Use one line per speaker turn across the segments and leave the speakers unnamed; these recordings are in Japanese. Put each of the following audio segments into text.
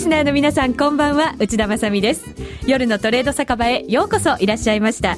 スナーの皆さんこんばんは内田まさみです夜のトレード酒場へようこそいらっしゃいました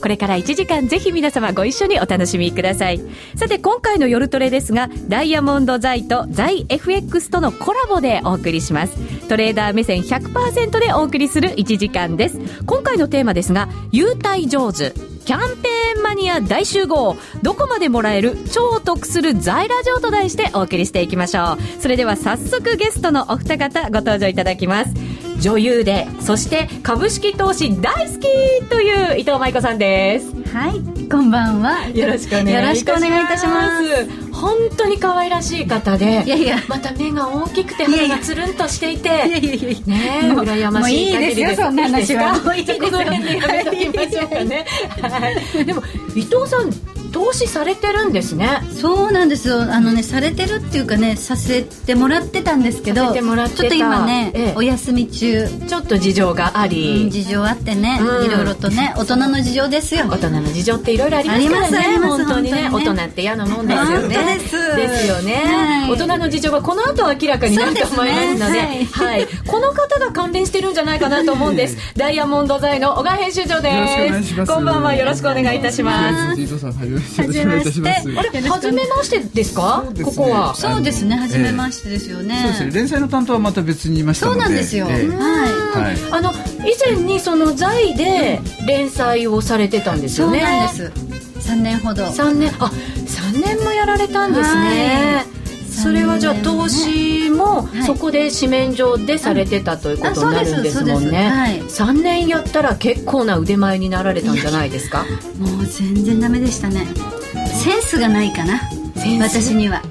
これから1時間ぜひ皆様ご一緒にお楽しみくださいさて今回の夜トレですがダイヤモンド財と財 FX とのコラボでお送りしますトレーダー目線100%でお送りする1時間です今回のテーマですが優待上手キャンペーンマニア大集合どこまでもらえる超得する在ラジオと題してお送りしていきましょうそれでは早速ゲストのお二方ご登場いただきます女優でそして株式投資大好きという伊藤舞子さんです
はい、こんばんは。
よろしくお願いいたします
よろしくお願いいたします。
す本当に可愛らしい方で
いやいや
また目が大きくて
いや
鼻
いや
がつるんとしていて
いやいやいやいや
ねえ
もう
羨ましい限
も
り
ういいですよそんな話はい
いですか
も
こ
う
の
い
辺
いで
で
すよ
やめときましょうかね、はい、 でも伊藤さん投資されてるんですね
そうなんですよ。あのね、されてるっていうかね、させてもらってたんですけど、
させてもらってた
ちょっと今ね、
ええ
お休み中、
ちょっと事情があり、
事情あってね、
うん
いろいろとね、大人の事情ですよ。
大人の事情っていろいろありますから
あります
ね
あります
本当にね
本当にね
大人って嫌なもんですよね
本当です
ですよね、
はい
大人の事情がこの後明らかになると思いますの
そうで
で
すね
はいこの方が関連してるんじゃないかなと思うんですダイヤモンド財の小川編集長です
よろしくお願いします
こんばんはよろしくお願いいたします
伊藤さん、はじめまして。よろしくお願いいたします。
あれ初めましてですか
そうですね
ここは
そうですね、
あの
初めましてですよね。
そうですね、連載の担当はまた別にいましたの
そう
で。
なんですよ。
ええ
は
はい。
あの以前にその財で連載をされてたんで
い。
す
そ
よ
う
ね
なんです。三年ほど。
三年あ三年もやられたんですね
は。
それはじゃあ
三年も
投
ね
資も
はい
そこで紙面上でされてたということになるんですも
あそ
ん
うですそう
ね
で。す
三年やったら結構な腕前になられたんじゃないですか。
もう全然ダメでしたね。センスがないかな。
センス
私には。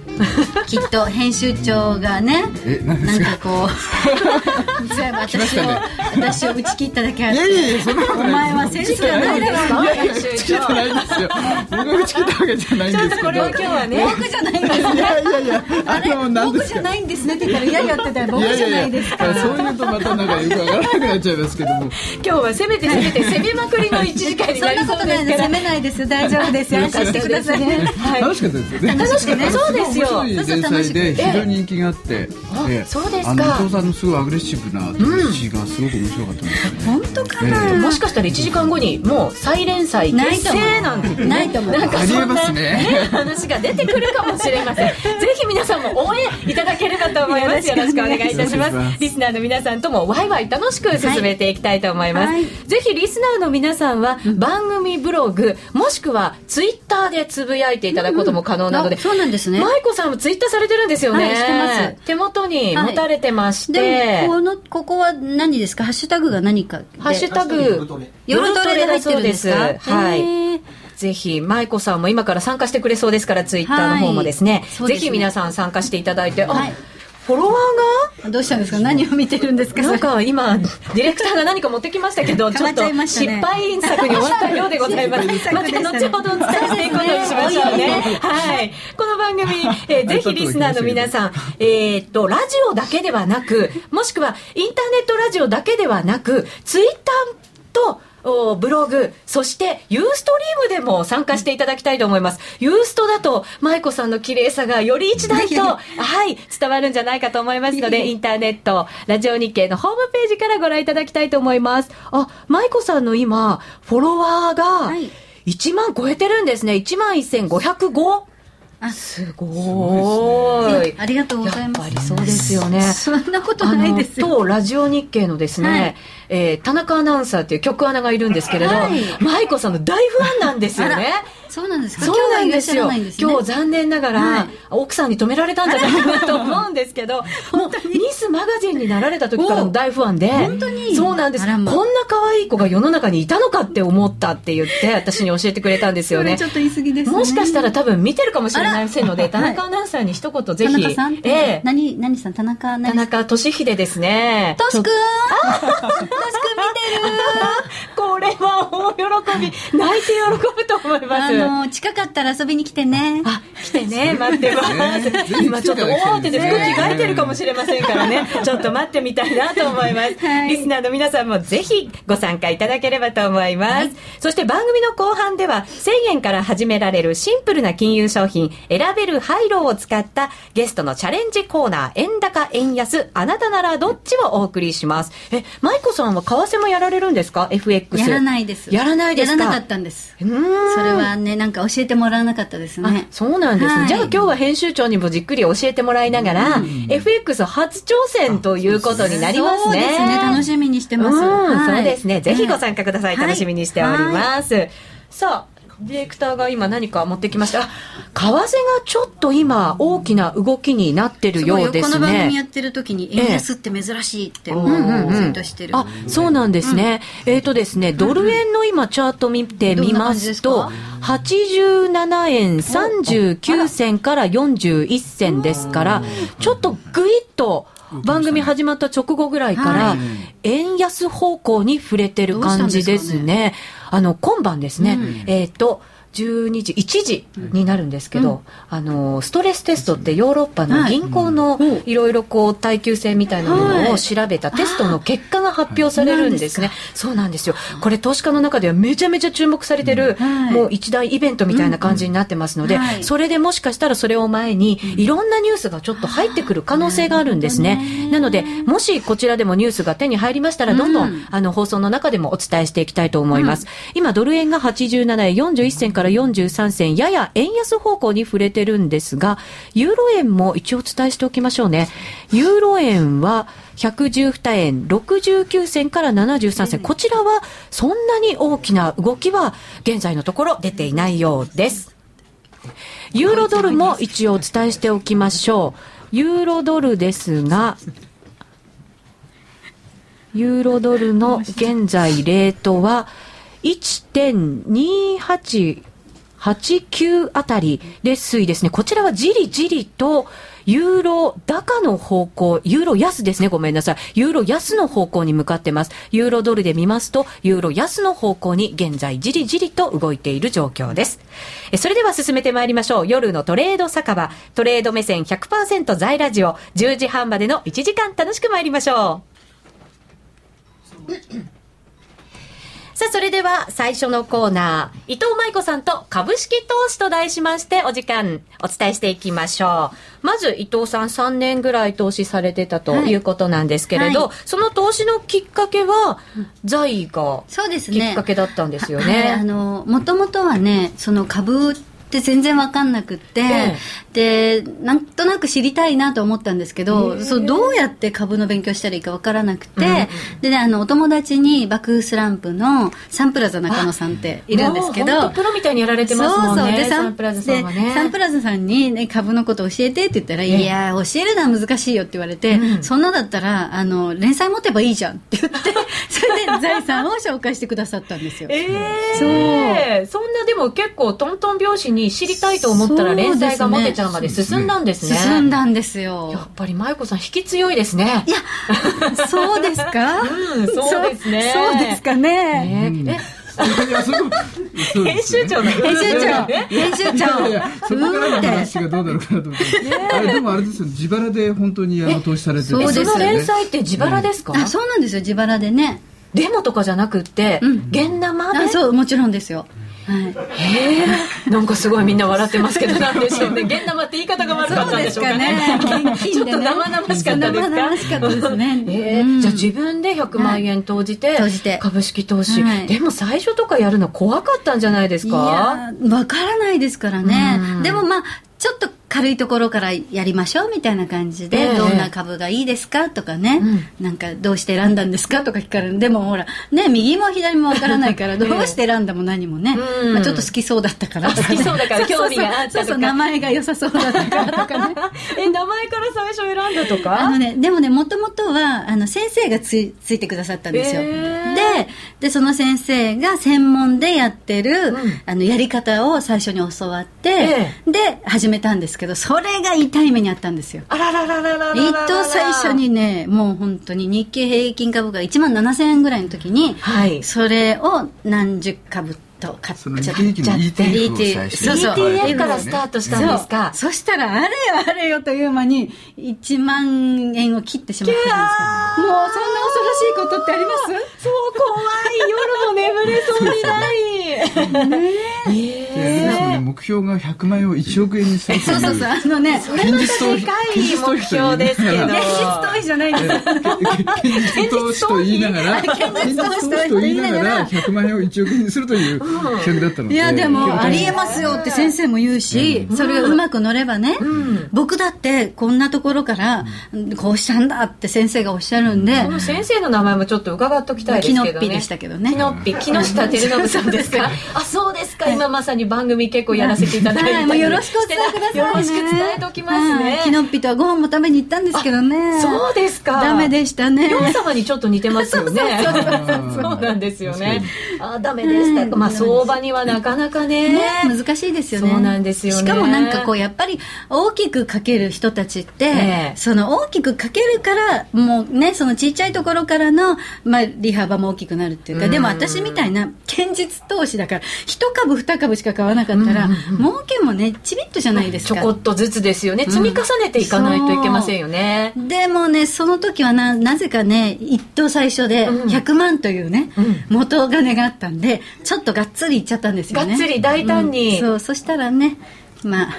きっと編集長がね、
え、なんで
な
す
ん
か。
かこうじゃあ
まし
私を、
たね
私を打ち切っただけあっ
いや
て
いやいや、そんなこと
お
ない。
前はセンスがないだろ
ろ。
打ち切ってないんですよ。僕が打ち切ったわけじゃないん
ち
で
ょ
す
っと
けど。
これを今日はね。
僕じゃないんです
いやいやいや、あの、なんで
僕
す
じゃ
か。
ないんですねって言ったら嫌やってたら
い
僕
やい
じゃな
や
い
い
です
や、そういうとまたなんかよくわからなくなっちゃいますけども。
今日は攻めて攻めて攻めまくりの一時間に
そ
なんり
な
そ
こ
う
と
で
ない
す
で責
から。
めないです大丈夫です安心してください
よかったですね はい
楽しかったですよね。
楽しくね。そうですよ。
面白い
そう
連
そう楽し
載
く
で非常に人気があって、
あ
ええ
そうですか
あの伊藤さんのすごいアグレッシブな投資がすごく面白かったんですよね。
本当かな、
ええ
もしかしたら1時間後にもう再連載
な
決
いと思う
成なんてね
ないと思う
なんかそんな
ありえますね
話が出てくるかもしれま せんぜひ皆さんも応援いただければと思いますよ
よ
ろ
ろ
し
し
く
く
お
お
願
願
い
い
い
い
た
た
し
し
ま
ます
すリスナーの皆さんともワイワイ楽しく進めていきたいと思います、
はい
ぜひリスナーの皆さんは番組ブログもしくはツイッターでつぶやいていただくことも可能なので、
あそうなんですね
舞子さんもツイッターされてるんですよね、
はいしてます
手元に持たれてまして、
でもこのここは何ですかハッシュタグが何かで
ハッシュタグ
夜トレで入ってるんです
夜トレ
か
だそうですはい
へえ
ぜひ、舞子さんも今から参加してくれそうですから、ツイッターの方もですね、
はいそうですね
ぜひ皆さん参加していただいて、あ、
はい
フォロワ
どうしたんですか何を見てるんです
ー
か
がなんか今、ディレクターが何か持ってきましたけ ど、ち
か
ょ
ま
っ
っ
と
ちゃいました
失
ね
敗作に終わったようでございま す。
失
ま
敗作で
た
したね
後ほどお伝えしていくことにしましょうね。はい。この番組、えーぜひリスナーの皆さん、えーっと、ラジオだけではなく、もしくはインターネットラジオだけではなく、ツイッターと、おブログ、そしてユーストリームでも参加していただきたいと思います。ユーストだと、舞子さんの綺麗さがより一段と、はい、伝わるんじゃないかと思いますので、インターネット、ラジオ日経のホームページからご覧いただきたいと思います。あ、舞子さんの今、フォロワーが
はい、
1万超えてるんですね。1万 1505?
あ
すごーい。
ありがとうございます
やっぱりそうですよね。
そんなことないです
あ
よ
のとラジオ日経のですね、
はい
えー田中アナウンサーっていう局アナがいるんですけれど、
はい
舞子さんの大ファンなんですよね。
そうなんですか
そうなんですよ。
今日はいらっしゃらないん
今日
ですね
残念ながら、
はい
奥さんに止められたんじゃないかなと思うんですけ ど、もうミスマガジンになられた時からの大ファンで、
本当に
そうなんです。
あ
こ
ら
ん
ま
な可愛い子が世の中にいたのかって思ったって言って、私に教えてくれたんですよね。
それちょっと言い過ぎですね
もしかしたら多分見てるかもしれませんので、
あら
田中アナウンサーに一言ぜひ、
田中さんって、
ええ
何何さん田中
田
何
中俊秀ですね。
トシ君
これれは大喜び、泣いて喜ぶと思いま
あ
す。
の近かったら遊びに来てね
あ、来てね、待ってます
ねぜひ来ていただき。たい
今ちょっと大手で服着替えてるかもしれませんからね、ちょっと待ってみたいなと思います。
はい
リスナーの皆さんもぜひご参加いただければと思います。そして番組の後半では、1000円から始められるシンプルな金融商品、選べるハイローを使ったゲストのチャレンジコーナー、円高円安、あなたならどっちをお送りします。え、舞子さんは為替もやられるんですか ?FX。
やらないです
やらないですか
やらなかったんです
うーん
それはねなんか教えてもらわなかったですね
あそうなんですね、
はい
じゃあ今日は編集長にもじっくり教えてもらいながら、FX 初挑戦ということになりますね。
そうですね楽しみにしてます、
うん
はい
そうですねぜひご参加ください、
はい
楽しみにしております、さあディレクターが今何か持ってきましたあ為替がちょっと今大きな動きになってるようです
ごいよこの番組や
ね
ってる時に円安って珍しいってもうツイ
うんうんうん
ートしてる、
あそうなんですね、えっ、とですねドル円の今チャート見てみます
どんな
と
感
87円39銭から41銭ですからちょっとぐいっと番組始まった直後ぐらいから、
はい
円安方向に触れてる感じです
どうしたんですか
ね。あの今晩ですね、えっ、と12時1時になるんですけど、あのストレステストってヨーロッパの銀行のいろいろこう耐久性みたいなものを調べたテストの結果が発表されるんですね、そうなんですよこれ投資家の中ではめちゃめちゃ注目されてる、
はい
もう一大イベントみたいな感じになってますので、
うんはい
それでもしかしたらそれを前にいろんなニュースがちょっと入ってくる可能性があるんですね、なのでもしこちらでもニュースが手に入りましたらどんどん、
うん
あの放送の中でもお伝えしていきたいと思います。今、ドル円が87円41銭から43銭、やや円安方向に触れてるんですが、ユーロ円も一応お伝えしておきましょうね。ユーロ円は112円69銭から73銭。こちらはそんなに大きな動きは現在のところ出ていないようです。ユーロドルも一応お伝えしておきましょう。ユーロドルですが、ユーロドルの現在レートは1.2889あたりで推移ですね。こちらはじりじりとユーロ高の方向、ユーロ安ですね。ごめんなさい。ユーロ安の方向に向かってます。ユーロドルで見ますと、ユーロ安の方向に現在じりじりと動いている状況です。えそれでは進めてまいりましょう。夜のトレード酒場、トレード目線100%在ラジオ、10時半までの1時間楽しく参りましょう。さあ、それでは最初のコーナー、伊藤舞子さんと株式投資と題しまして、お時間お伝えしていきましょう。まず、伊藤さん3年ぐらい投資されてたと
はい
いうことなんですけれど、
は
その投資のきっかけは、財が
そうです
き
ね
っかけだったんですよ
はいあ
ね。
のもともとはねその株って全然わかんなくって、でなんとなく知りたいなと思ったんですけどそうどうやって株の勉強したらいいかわからなくて、でねあのお友達に爆風スランプのサンプラザ中野さんっているんですけ
もう
ど
本当プロみたいにやられてますもんね。
そうそうで
サンプラザさんは
でサン
ね
プ。ラザさんに、ね、株のこと教えてって言ったら、いやー教えるのは難しいよって言われて、そんなだったらあの連載持てばいいじゃんって言って それで財産を紹介してくださったんですよ
ええそんなでも結構トントン拍子に知りたいと思ったら連載がモテちゃうまで進んだんですね。
進んだんですよ
やっぱり舞子さん引き強いですね。
いやそうですか
うんそうですね
そうそうですかね
ね
いやそれでもそう
え
で
編
す
集
よね
長の
編集長
ね
編集
い
長
やそこからの話がどうなるかなと思って、あれでもあれですよ自腹で本当にあの投資されてる
そうです
そ
よね
の連載って自腹ですか、
あそうなんですよ自腹でね
デモとかじゃなくって、
うん
現生で
あそうもちろんですよ、はい、
へえなんかすごいみんな笑ってますけどなんでしょうね現生って言い方が悪かったんでしょうかね
そうですかね現金でね
ちょっと生々しかったですか
生々しかったですね
ええ
うん
じゃあ自分で100万円投じて,、
い投じて
株式投資、
はい
でも最初とかやるの怖かったんじゃないですか
いやわからないですから
うん
ねでもまあちょっと軽いところからやりましょうみたいな感じで、
ええ
どんな株がいいですかとかね、なんかどうして選んだんですかとか聞かれるでもほらね右も左もわからない からどうして選んだも何もね、
うん
まあ、ちょっと好きそうだったからとか、ね、
あ好きそうだから
そうそうそう
興味があったとか
そうそう名前が良さそうだったからとかね
え名前から最初選んだとか
あのね、でもね、もともとは、あの、先生がついついてくださったんですよ。
へー
で、でその先生が専門でやってる、あのやり方を最初に教わって、で始めたんですけどそれが痛い目にあったんですよ
あららららららら
一等最初にねもう本当に日経平均株価が1万7000円ぐらいの時に、
はい
それを何十株と買っ
その
ちゃっ
日経平均の ETF を
ETF
最初
そう
に
そう
ETF からスタートしたんですか
そうそしたらあれよあれよという間に1万円を切ってしまったんですからもうそんな恐ろしいことってあります
そう怖い夜も眠れそうにない
であれですよね目標が100万円を1億円にするとい
そうそうそうあのねそれ
現実逃避
でかい目標です けど
現実逃避じゃないんです
現実投資と言いながら、現
実
実
投
投
資と
資と言
言
い
い
な
な
が
が
ら、
ら
100万円を1億円にするという企画だったので。
いやでもありえま
ま
すよって先生も言うし、それがうまく乗ればね、僕だってこんなところからこうしたんだって先生がおっしゃるんで、
この先生の名前もちょっと伺っときたいです
キ
けど
ノ
ね
ッピでしたけどね
キノッピ木下照信さんで すかあそうですか今まさに番組結構やらせていただいて、
はいもうよろしくお伝えくださいね
よろしく伝えておきますね、
はいキノッピとはご飯も食べに行ったんですけどね
そうですか
ダメでしたね
ヨウ様にちょっと似てますよね。そうなんですよね。あ、ダメでしたか。まあ、相場にはなかなかね
ね。難しいですよね
そうなんですよね
しかもなんかこうやっぱり大きくかける人たちって、
ええ
その大きくかけるからもうねそのちっちゃいところからの、まあ、利幅も大きくなるっていうか、でも私みたいな堅実投資だから一株二株しか買わなかったら、儲けもねちびっとじゃないです
ちょ
か
こっとずつですよね。積み重ねていかないといけませんよね。
でもねその時はななぜかね一等最初で100万というね、元金があったんでちょっとがっつりいっちゃったんですよ
が
ね
っつり大胆に。
そうそしたらねまあ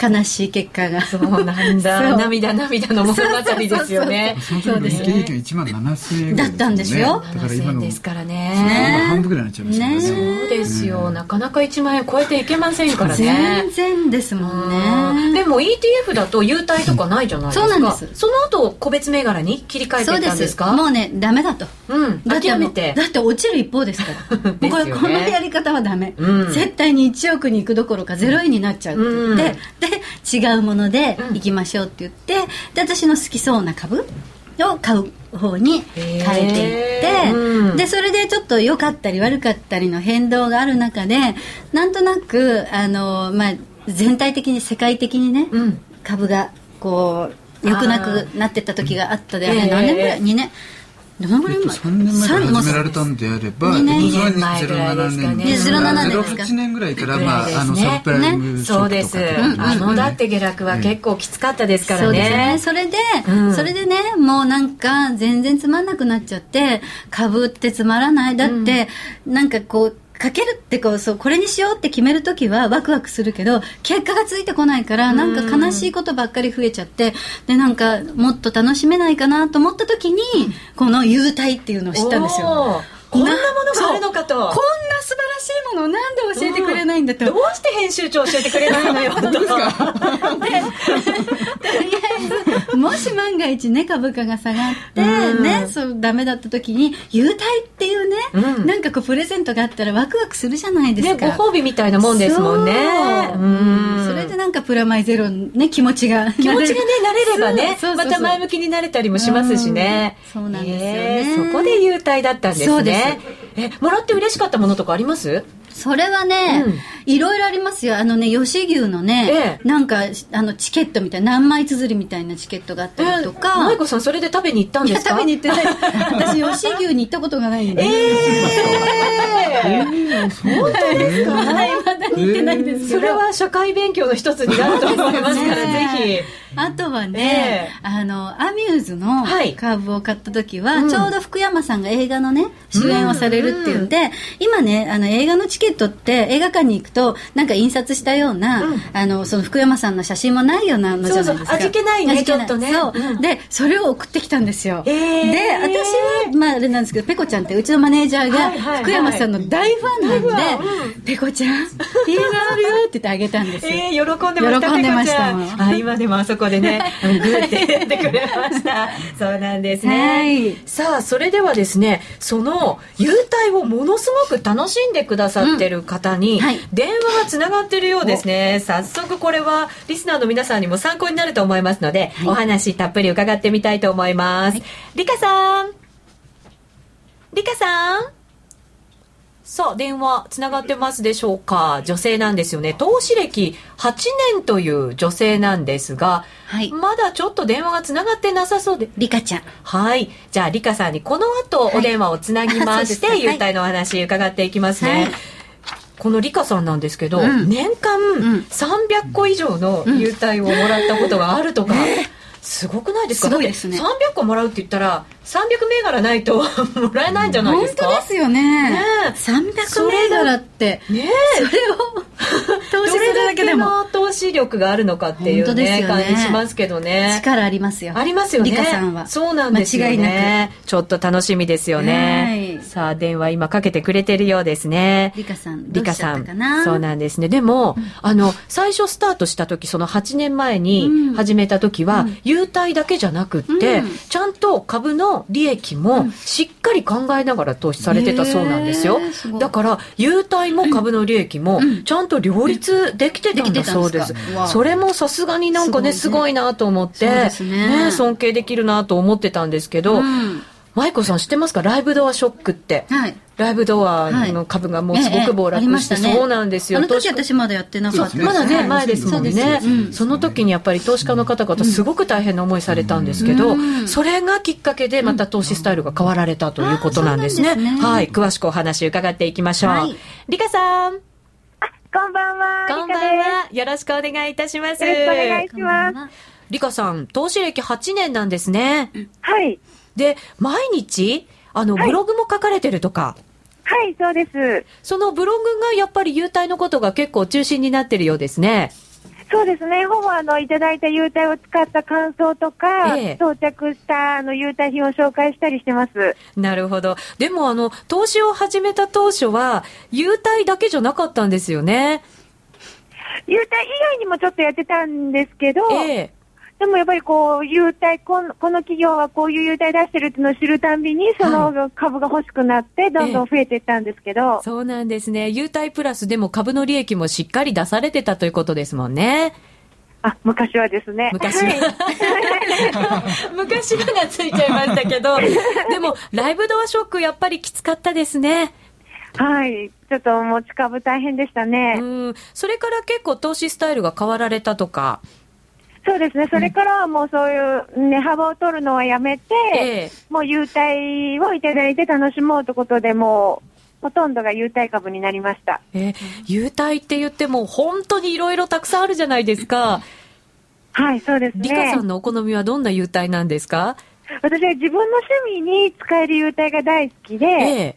悲しい結果が
そうなん だ。
そう
涙涙の物語ですよね。
その時の日経平均1万7000円ぐらい
だったんですよ
だから今
7000
の
ですから
今
ね。
半分ぐらいになっちゃいましたから
ね
ね。
そうですよ。なかなか1万円超えていけませんからね
全。然ですもん
うん
ね
でも ETF だと優待とかないじゃないです
そ
か
うなんです
その後個別銘柄に切り替えて
そ
いう
で
ったんですすか
もうねダメだと
うん
だって
諦めて
だって落ちる一方ですから
ですよね
もうこれこのやり方はダメ、
うん
絶対に1億に行くどころか0円になっちゃうって言って、で違うもので行きましょうって言ってで私の好きそうな株を買う方に変えていっ
へ
て、
ーうん
でそれでちょっと良かったり悪かったりの変動がある中でなんとなくあの、まあ、全体的に世界的にね、
うん
株がこう良くなくなってった時があったであれ、
あー
何年ぐらい
ええ
2年どのぐ
え
らい
っと
前
3年前から
三もう
始められたんであれば、
二年
えっとそれは
前ぐらいで
かね07です
す
07
か
08年ぐらいから、
ぐらい
ま
ですね
あ、あの、サブプライムショッ
そう
ク
で
と
す、
かってことですね
あのだって下落は結構きつかったですから
そうですね
ね
それで、
うん
それでねもうなんか全然つまんなくなっちゃって株ってつまらないだって、なんかこうかけるってこうそうこれにしようって決めるときはワクワクするけど結果がついてこないからなんか悲しいことばっかり増えちゃってでなんかもっと楽しめないかなと思ったときに、この優待っていうのを知ったんですよ
おーこんなものがあるのかと
こんな素晴らしいものをなんで教えてくれないんだと、
どうして編集長教えてくれないのよと
とりあえずもし万が一ね株価が下がって、ねそうダメだった時に優待っていうね、
うん
なんかこうプレゼントがあったらワクワクするじゃないです
ねご
か、
褒美みたいなもんですもんね
そう
うん
それでなんかプラマイゼロね気持ちが
気持ちがね慣れればね
そうそうそう
また前向きになれたりもしますしね、
うんそうなんですよね
えーそこで優待だったんですね
そうで
えもらって嬉しかったものとかあります
それはね、
うん
いろいろありますよ。あのね、吉牛のね
え、
なんか、あの、チケットみたいな、何枚綴りみたいなチケットがあったりとか。
舞子さんそれで食べに行ったん
い
で
や、
すか
食べに行ってない。 私、吉牛に行ったことがないんで。
えー
そうですか。
はい、まだに行ってないんですけど。
それは社会勉強の一つになると思いますから、ぜ
あとはね、あのアミューズの
はい
カーブを買った時は、
うん
ちょうど福山さんが映画のね主演をされるっていうんで、今ねあの映画のチケットって映画館に行くとなんか印刷したような、あのその福山さんの写真もないようなのじゃないですか
そうそう味気ないね
味気
ちょっとね
そう、
うん
でそれを送ってきたんですよ、
へー
で私は、まあ、あれなんですけどペコちゃんってうちのマネージャー
は
が
いはいはい
福山さんの大ファンなんで、ペコちゃ んいいのあるよって言ってあげたんです
ひ。
よ、
えー、喜んでました
喜んでました
ペコちゃんあ今でもあそこ でねグーってやってくれましたそうなんですね、
はい
さあそれではですねその優待をものすごく楽しんでくださってる方に、
うんはい
電話がつながってるようですね早速これはリスナーの皆さんにも参考になると思いますので、お話たっぷり伺ってみたいと思います、リカさんリカさんら電話つながってますでしょうか女性なんですよね投資歴8年という女性なんですが、
はい
まだちょっと電話がつながってなさそうで
リカちゃん。
はいじゃあリカさんにこの後お電話をつなぎまして、
はいそうですか
優待のお話伺っていきますね、
はい
このリカさんなんですけど、
うん
年間
ん
300個以上の優待をもらったことがあるとか、すごくないですか
すごいですね
だって300個もらうって言ったら300銘柄ないと もらえないんじゃないですか
本当ですよね。
ねえ
300銘柄って、
ねえ
それを投資するだけでも
どれだけの投資力があるのかってい
本
う
当で
ね
すよ
感
ね
じしますけどね
力ありますよ。
ありますよね
リカさんは。
そうなんですよね
間違いな
ちょっと楽しみですよね、
はい
さあ電話今かけてくれてるようですね
く。リカさん、ど
リ
う
カ
しちゃ
さ
った
ん
かな。
そうなんですねでも、あの最初スタートした時その8年前
う
に
ん
始めた時は、優待だけじゃなくって、
うん
ちゃんと株の利益もしっかり考えながら投資されてたそうなんですよ、
へーすごい
だから優待も株の利益も
ん
ちゃんと両立できてたんだそうです,、
できてたんですかわあ
それもさすがになんかねす
す
ご
ご
い
い
なと思っ
そ
て
うですね
ね尊敬できるなと思ってたんですけ
う
ど、
ん
舞子さん知ってますかライブドアショックって
はい。
ライブドアの株がもうすごく暴落
ええええあ
して、
りましたね
そうなんですよ。
あの時
投資
私まだやってなかった
そう
まだ
は
ね、
い
前ですもん
そう
ね
ですう。ん
その時にやっぱり投資家の方々すごく大変な思いされたんですけど
う、ん
それがきっかけでまた投資スタイルが変わられたということなんですね。
あーそうなんですね
はい、詳しくお話伺っていきましょう
はい。
リカさん、
こんばんは。
こんばん
リカ
は。よろしくお願いいたします。
です。よろしくお願いし
こんば
ま
ん
す。
は
リカさん、投資歴8年なんですね。
はい。
で、毎日、あの、ブログも書かれてるとか、
はい、そうです。
そのブログがやっぱり優待のことが結構中心になってるようですね。
そうですね。ほぼあの、いただいた優待を使った感想とか、
ええ
装着したあの、優待品を紹介したりしてます。
なるほど。でもあの、投資を始めた当初は、優待だけじゃなかったんですよね。
優待以外にもちょっとやってたんですけど、
ええ
でもやっぱりこう、優待、このこの企業はこういう優待出してるっていうのを知るたんびに、その株が欲しくなって、どんどん増えていったんですけど、
そうなんですね。優待プラスでも株の利益もしっかり出されてたということですもんね。
あ、昔はですね。
昔
はい
は。昔はがついちゃいましたけど。 でも、ライブドアショックやっぱりきつかったですね。
はい。ちょっと持ち株大変でしたね。
うん。それから結構投資スタイルが変わられたとか。
そうですね、それからはもうそういう値幅を取るのはやめて、
ええ
もう優待をいただいて楽しもうということで、もうほとんどが優待株になりました。
えー、優待って言っても本当にいろいろたくさんあるじゃないですか。
はい、そうです
リカ
ね
さ。んのお好みはどんな優待なんですか
私は自分の趣味に使える優待が大好きで、
ええ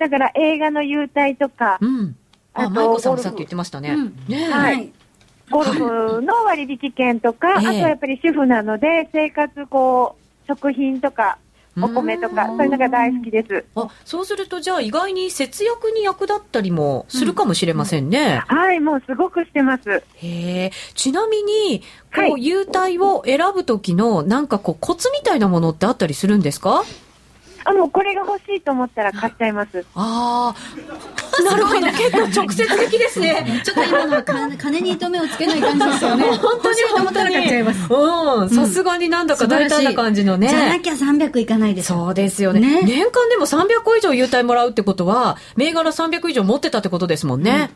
だから映画の優待とか、
うん。あ、
あと
舞子さんも
ゴルフ
さっき言ってましたね。
うん
ねえ
は
はいい。
ゴルフの割引券とか、
え
あ
え
とはやっぱり主婦なので、生活こう、食品とか、お米とか、
うん
そういうのが大好きです。
あ、そうするとじゃあ意外に節約に役立ったりもするかもしれませんね。
はい、もうすごくしてます。
へえ。ちなみに、
は
こう、
い
優待を選ぶときの、なんかこう、コツみたいなものってあったりするんですか
あ、もうこれが欲しいと思ったら買っちゃいます。
ああ、 なるほど。結構直接的です ね。
ちょっと今のは金金に糸目をつけない感じですよ ね。本当に本当に買っちゃいます。
うん。さすがになんだか大胆な感じのね。
じゃなきゃ300いかないです。
そうですよね
ね
年間でも300個以上優待もらうってことは、銘柄300以上持ってたってことですもんね。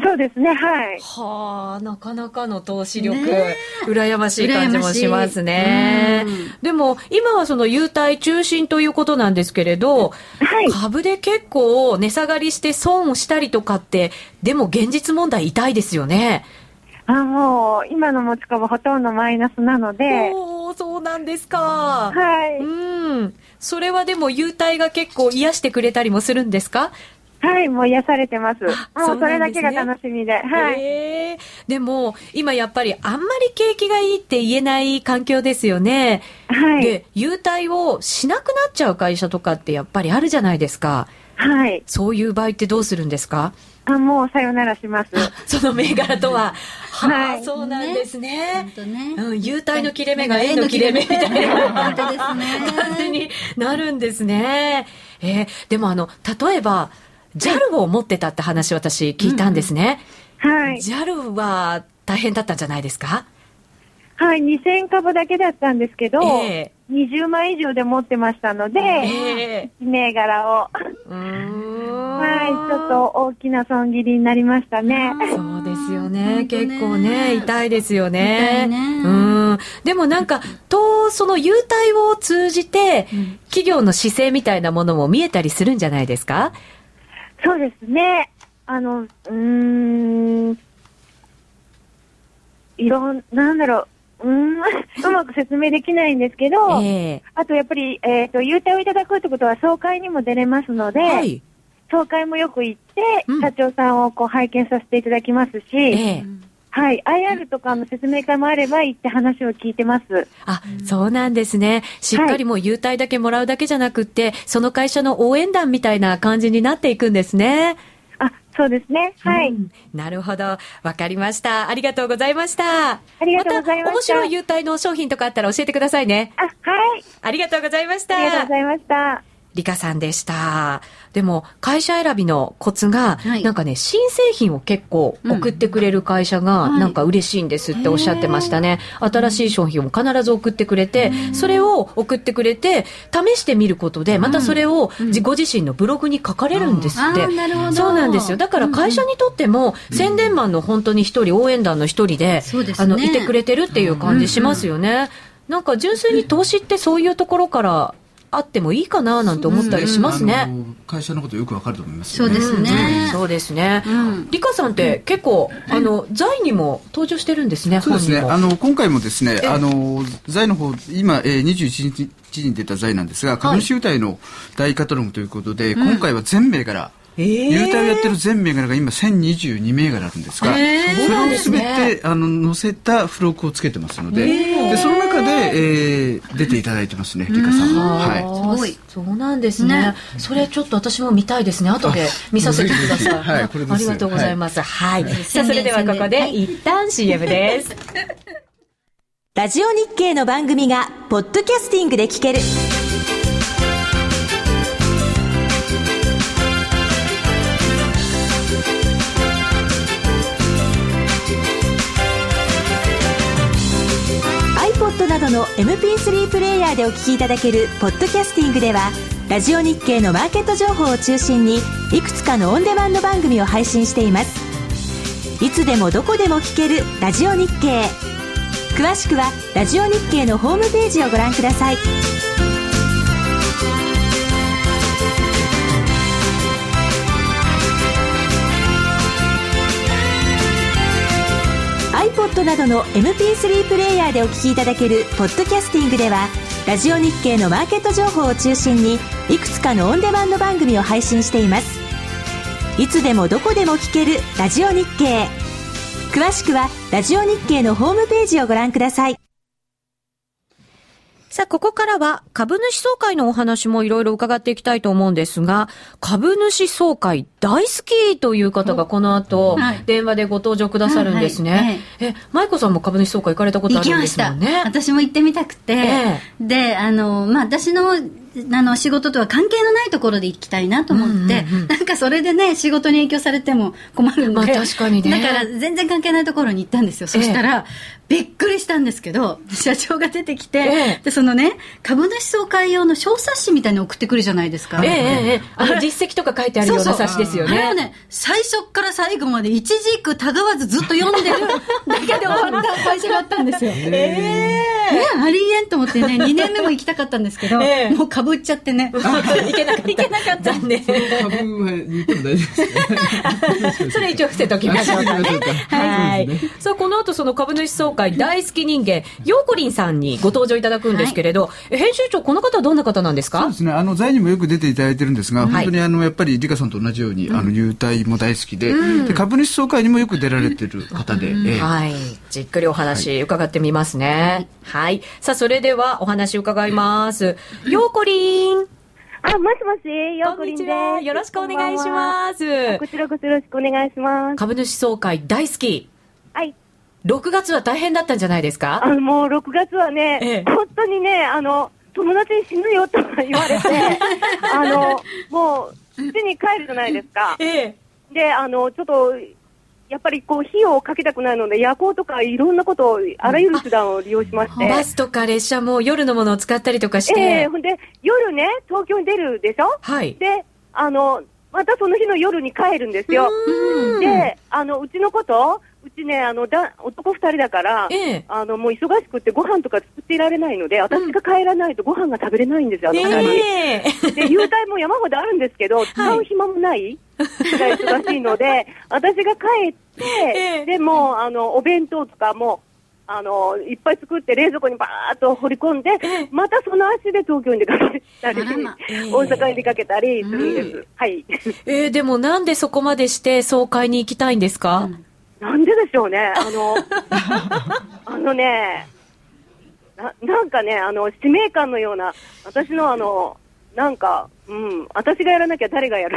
そうですね、はい。
はあ、なかなかの投資力、
ね
羨ましい感じもしますね
羨ましいうん。
でも、今はその優待中心ということなんですけれど、
はい。
株で結構値下がりして損をしたりとかって、でも現実問題痛いですよね。
あ、もう、今の持ち株ほとんどマイナスなので、
おーそうなんですか。
はい。
うん。それはでも優待が結構癒してくれたりもするんですか
はい、もう癒されてます。も
あそう
うそ
な
れ
んですね
だけが楽しみで、はい。
へえでも、今やっぱりあんまり景気がいいって言えない環境ですよね。
はい。
で、優待をしなくなっちゃう会社とかってやっぱりあるじゃないですか。
はい。
そういう場合ってどうするんですか
あ、もうさよならします。
その銘柄と は。は
は
あ、
い
そうなんですね
本。当ね。
うん、優待の切れ目が縁の切れ目みたいな
本当です
感じ
ね。
になるんですね。えーでもあの、例えば、JAL を持ってたって話私聞いたんですね。
はい。
JAL は大変だったんじゃないですか
はい、2000株だけだったんですけど、
え
20万以上で持ってましたので、
ええ
銘柄を。
うーん
は
ちょっと大きな損切りになりましたね。
そうですよ
本
ね。
当ね
結構ね、痛いですよ
痛
ね。
いね
うん。でもなんか、と、その優待を通じて、企業の姿勢みたいなものも見えたりするんじゃないですか
そうですね。あの、うーん、いろん、なんだろう、うー ん、うまく説明できないんですけど、
え
あとやっぱり、えっ、と、優待をいただくってことは、総会にも出れますので、
えはい。
総会もよく行って、
うん
社長さんをこう拝見させていただきますし、
ええ
はい、IR とかの説明会もあれば行って話を聞いてます。
あ、そうなんですね。しっかりもう優待だけもらうだけじゃなくって、その会社の応援団みたいな感じになっていくんですね。
あ、そうですね。はい。
うんなるほど。わかりました。ありがとうございました。
ありがとうございました
た面白い優待の商品とかあったら教えてくださいね。
あ、はい。
ありがとうございまし
ありがとう
た
ご。ざいました。
リカさんでした。でも、会社選びのコツが、
はい
なんかね、新製品を結構送ってくれる会社が、
はい
なんか嬉しいんですっておっしゃってましたね。新しい商品を必ず送ってくれて、それを送ってくれて、試してみることで、またそれを自ご自身のブログに書かれるんですって。
あーなるほど
そうなんですよ。だから会社にとっても、宣伝マンの本当に一人、応援団の一人で、
そうですね
あの、いてくれてるっていう感じしますよね。なんか純粋に投資ってそういうところからあってもいいかななんて思ったりします
あ
ね。
の会社のことよくわかると思います
そうですね
うんそうですね
うん。
リカさんって結構、あの、財にも登場してるんですね、
そうですね。
本
あ
にも。
の今回もですね、
え
あの財の方今、えー、21日に出た財なんですが、株主優待の大カタログということで、今回は全銘柄。
えー
優待をやってる全銘柄が今1022銘柄あるんですが、
えー
そ
そうなん
れ
で
を
す
全
ね
てあの載せた付録をつけてますので、でその中で、えー出ていただいてますね、リカさんは。は
あ
い。
ー
すごい。
そうなんですね
ね
それちょっと私も見たいですね。後で見させてください。
はいこれです
ありがとうございます。はい。さあ、それではここ
宣伝宣
で
伝
一旦 CM です。
ラジオ日経の番組がポッドキャスティングで聞ける。iPod などの MP3 プレイヤーでお聞きいただけるポッドキャスティングでは、ラジオ日経のマーケット情報を中心に、いくつかのオンデマンド番組を配信しています。いつでもどこでも聞けるラジオ日経。詳しくはラジオ日経のホームページをご覧ください「iPod などの MP3 プレイヤーでお聞きいただけるポッドキャスティングではラジオ日経のマーケット情報を中心にいくつかのオンデマンド番組を配信していますいつでもどこでも聞ける「ラジオ日経」詳しくはラジオ日経のホームページをご覧ください
さあ、ここからは株主総会のお話もいろいろ伺っていきたいと思うんですが、株主総会大好きという方がこの後、
はい
電話でご登場くださるんですね。
はいはい
え、舞子さんも株主総会行かれたこと
行
あ
き
るん
ま
で
し
すも
た、
んね。
私も行ってみたくて、
え
であの、まあ、私のあの仕事とは関係のないところで行きたいなと思って、
うんうんうん
なんかそれでね仕事に影響されても困るんで、
まあ確かにね
だから全然関係ないところに行ったんですよそしたら、びっくりしたんですけど社長が出てきて、
ええ
でそのね株主総会用の小冊子みたいに送ってくるじゃないですか。
ええええええあの実績とか書いてあるような冊子ですよ
あれを
ね。
ね、最初から最後まで一字一句たがわずずっと読んでるだけで終わった会社があったんですよ。えね、ありえんと思ってね、2年目も行きたかったんですけど、
ええ
もうかぶっちゃって ね。
いけなかった。いけなかった。残念。
株は言っても大丈夫ですね
それ一応伏せときましょう か
あ
ね
そうかそう。か
は
そうで
い
すね。
さあ、この後その株主総会大好き人間、ヨーコリンさんにご登場いただくんですけれど、え編集長、この方はどんな方なんですか
そうですね。あの、財にもよく出ていただいてるんですが、本当にあの、やっぱり、リカさんと同じように、あの、優待も大好きで、で株主総会にもよく出られてる方で、ええ
はい。じっくりお話伺ってみますね。はい。さあ、それではお話伺います。ようこりん。
あ、もしもし、ようこりんです。。
よろしくお願いしますす
こ。ちらこそよろしくお願いします。
株主総会大好き。
はい。
6月は大変だったんじゃないです
あ
か
の、もう6月はね、
ええ
本当にね、あの、友達に死ぬよとか言われて、 あの、もう、家に帰るじゃないですか。
ええ。
で、あの、ちょっと、やっぱりこう、費用をかけたくないので、夜行とかいろんなことを、あらゆる手段を利用しまして。
バスとか列車も夜のものを使ったりとかし
ええ
て。
ほんで、夜ね、東京に出るでしょ
はい。
で、あの、またその日の夜に帰るんですよ。で、あの、うちのこと、うちね、あの、だ男二人だから、
ええ
あの、もう忙しくってご飯とか作っていられないので、私が帰らないとご飯が食べれないんですよ、あの二人。
ねえ。
で、優待も山ほどあるんですけど、使う暇もないくらい忙しいので、私が帰って、
ええ
でもう、あの、お弁当とかも、あの、いっぱい作って冷蔵庫にバーっと掘り込んで、またその足で東京に出かけたり、
あらま
大阪に出かけたりするんです。はい。
えーでもなんでそこまでして総会に行きたいんですか、
なんででしょうね。あの、あのね、ななんかね、あの、使命感のような、私のあの、なんか、うん、私がやらなきゃ誰がやる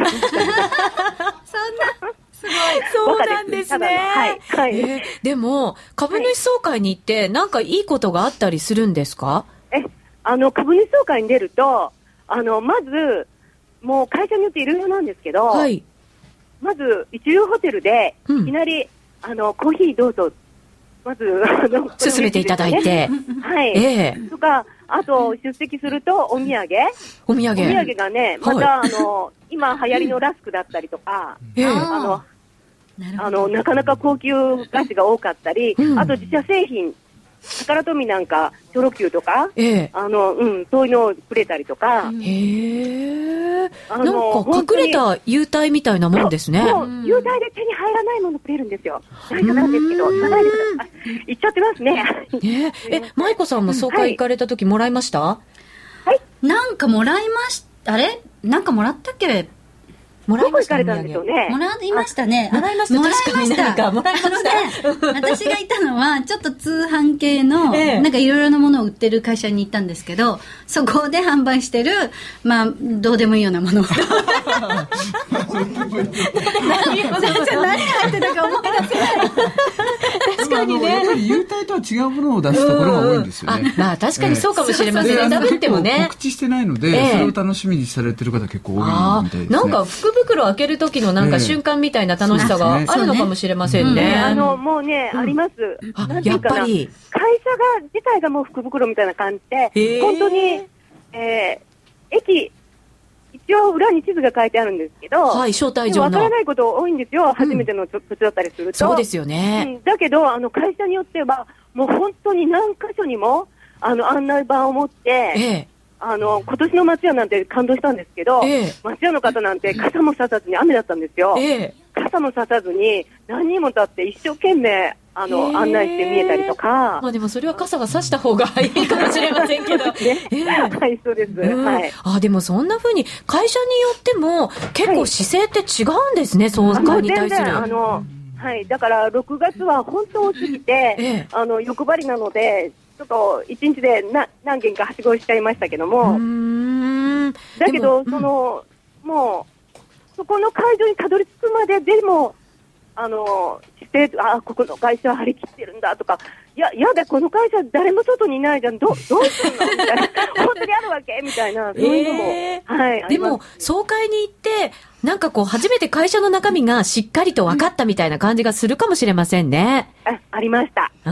そうなんですね。
ただのはいはい
えーでも、株主総会に行って、なんかいいことがあったりするんですか、
え、あの、株主総会に出ると、あの、まず、もう会社によっていろいろなんですけど、
はい。
まず、一流ホテルで、
うん
いきなり、あの、コーヒーどうぞ、まず、あ の、
進めていただいて。
はい。
ええ
とか、あと、出席すると、お土産
お土産。
お土産がね、また、あの、今流行りのラスクだったりとか、
ええ
あの、
なるほ
あ
ど。
の、なかなか高級菓子が多かったり、
うん
あと自社製品、宝富なんか、チョロ Q とか、
ええ
あの、うん、そういうのをくれたりとか、
へえ。
あ
なん
の
か
本当
隠
に
れた優待みたいなもんですね。
もう、優待で手に入らないものくれるんですよ。最初なんですけど、言ないでください。あ行っちゃってますね。
ねえ、え、舞子さんも総会行かれた時もらいました、
なんかもらいました、あれなんかもらったっけ
もら
ど
い
こ
まし
行
た
かれたんでしょうね
も。らいましたね。
あもらいました
あ
確かになんかもらいました
あの ね私がいたのは、ちょっと通販系の、
ええ
なんかいろいろなものを売ってる会社に行ったんですけど、そこで販売してる、まあ、どうでもいいようなもの。
何が入ってたか思い出せない。
確 かにね。やっぱり優待とは違うものを出すところが多いんですよね
あ。まあ確かにそうかもしれませんね
ええであの
食べてもね
結構告知してないので、
ええ
それを楽しみにされてる方結構多い
あ
みたい
あ
ですね。
なんか福袋開ける時のなんか瞬間みたいな楽しさがあるのかもしれませんね。
ねあの、もうね、あります。
あ
なんていうかな
やっぱり
会社が、自体がもう福袋みたいな感じ
へー
で、本当に、えー駅、一応裏に地図が書いてあるんですけど、
はい招待状の
でもわからないこと多いんですよ。初めての土地だったりすると。
そうですよね。
うんだけど、あの会社によっては、もう本当に何箇所にもあの案内板を持って、
え
あの今年の松屋なんて感動したんですけど、
ええ
松屋の方なんて傘もささずに、雨だったんですよ、
え、え
傘もささずに、何人も立って、一生懸命あ
え
の案内して見えたりとか
ま、あでもそれは傘は差した方がいいかもしれませんけど。
ね
ええ
はい、そうです、
うん
はい、
あでもそんな風に会社によっても結構姿勢って違うんですね、総
あも
会
う
に
全
対する。
然あの、はい、だから6月は本当多すぎて、
ええ
あの欲張りなので、ちょっと1日でな何件かはしごしちゃいましたけども。
うーん
だけど、
でも
その、もう、そこの会場にたどり着くまででも、あの、して、あ、ここの会社は張り切ってるんだとか、いや、やだ、この会社誰も外にいないじゃん、ど、どうすんのみたいな、 本当にあるわけみたいな、そういうのも、
え
はい、あ
で
ります
も、総会に行って、なんかこう、初めて会社の中身がしっかりと分かったみたいな感じがするかもしれませんね。
あありました。
う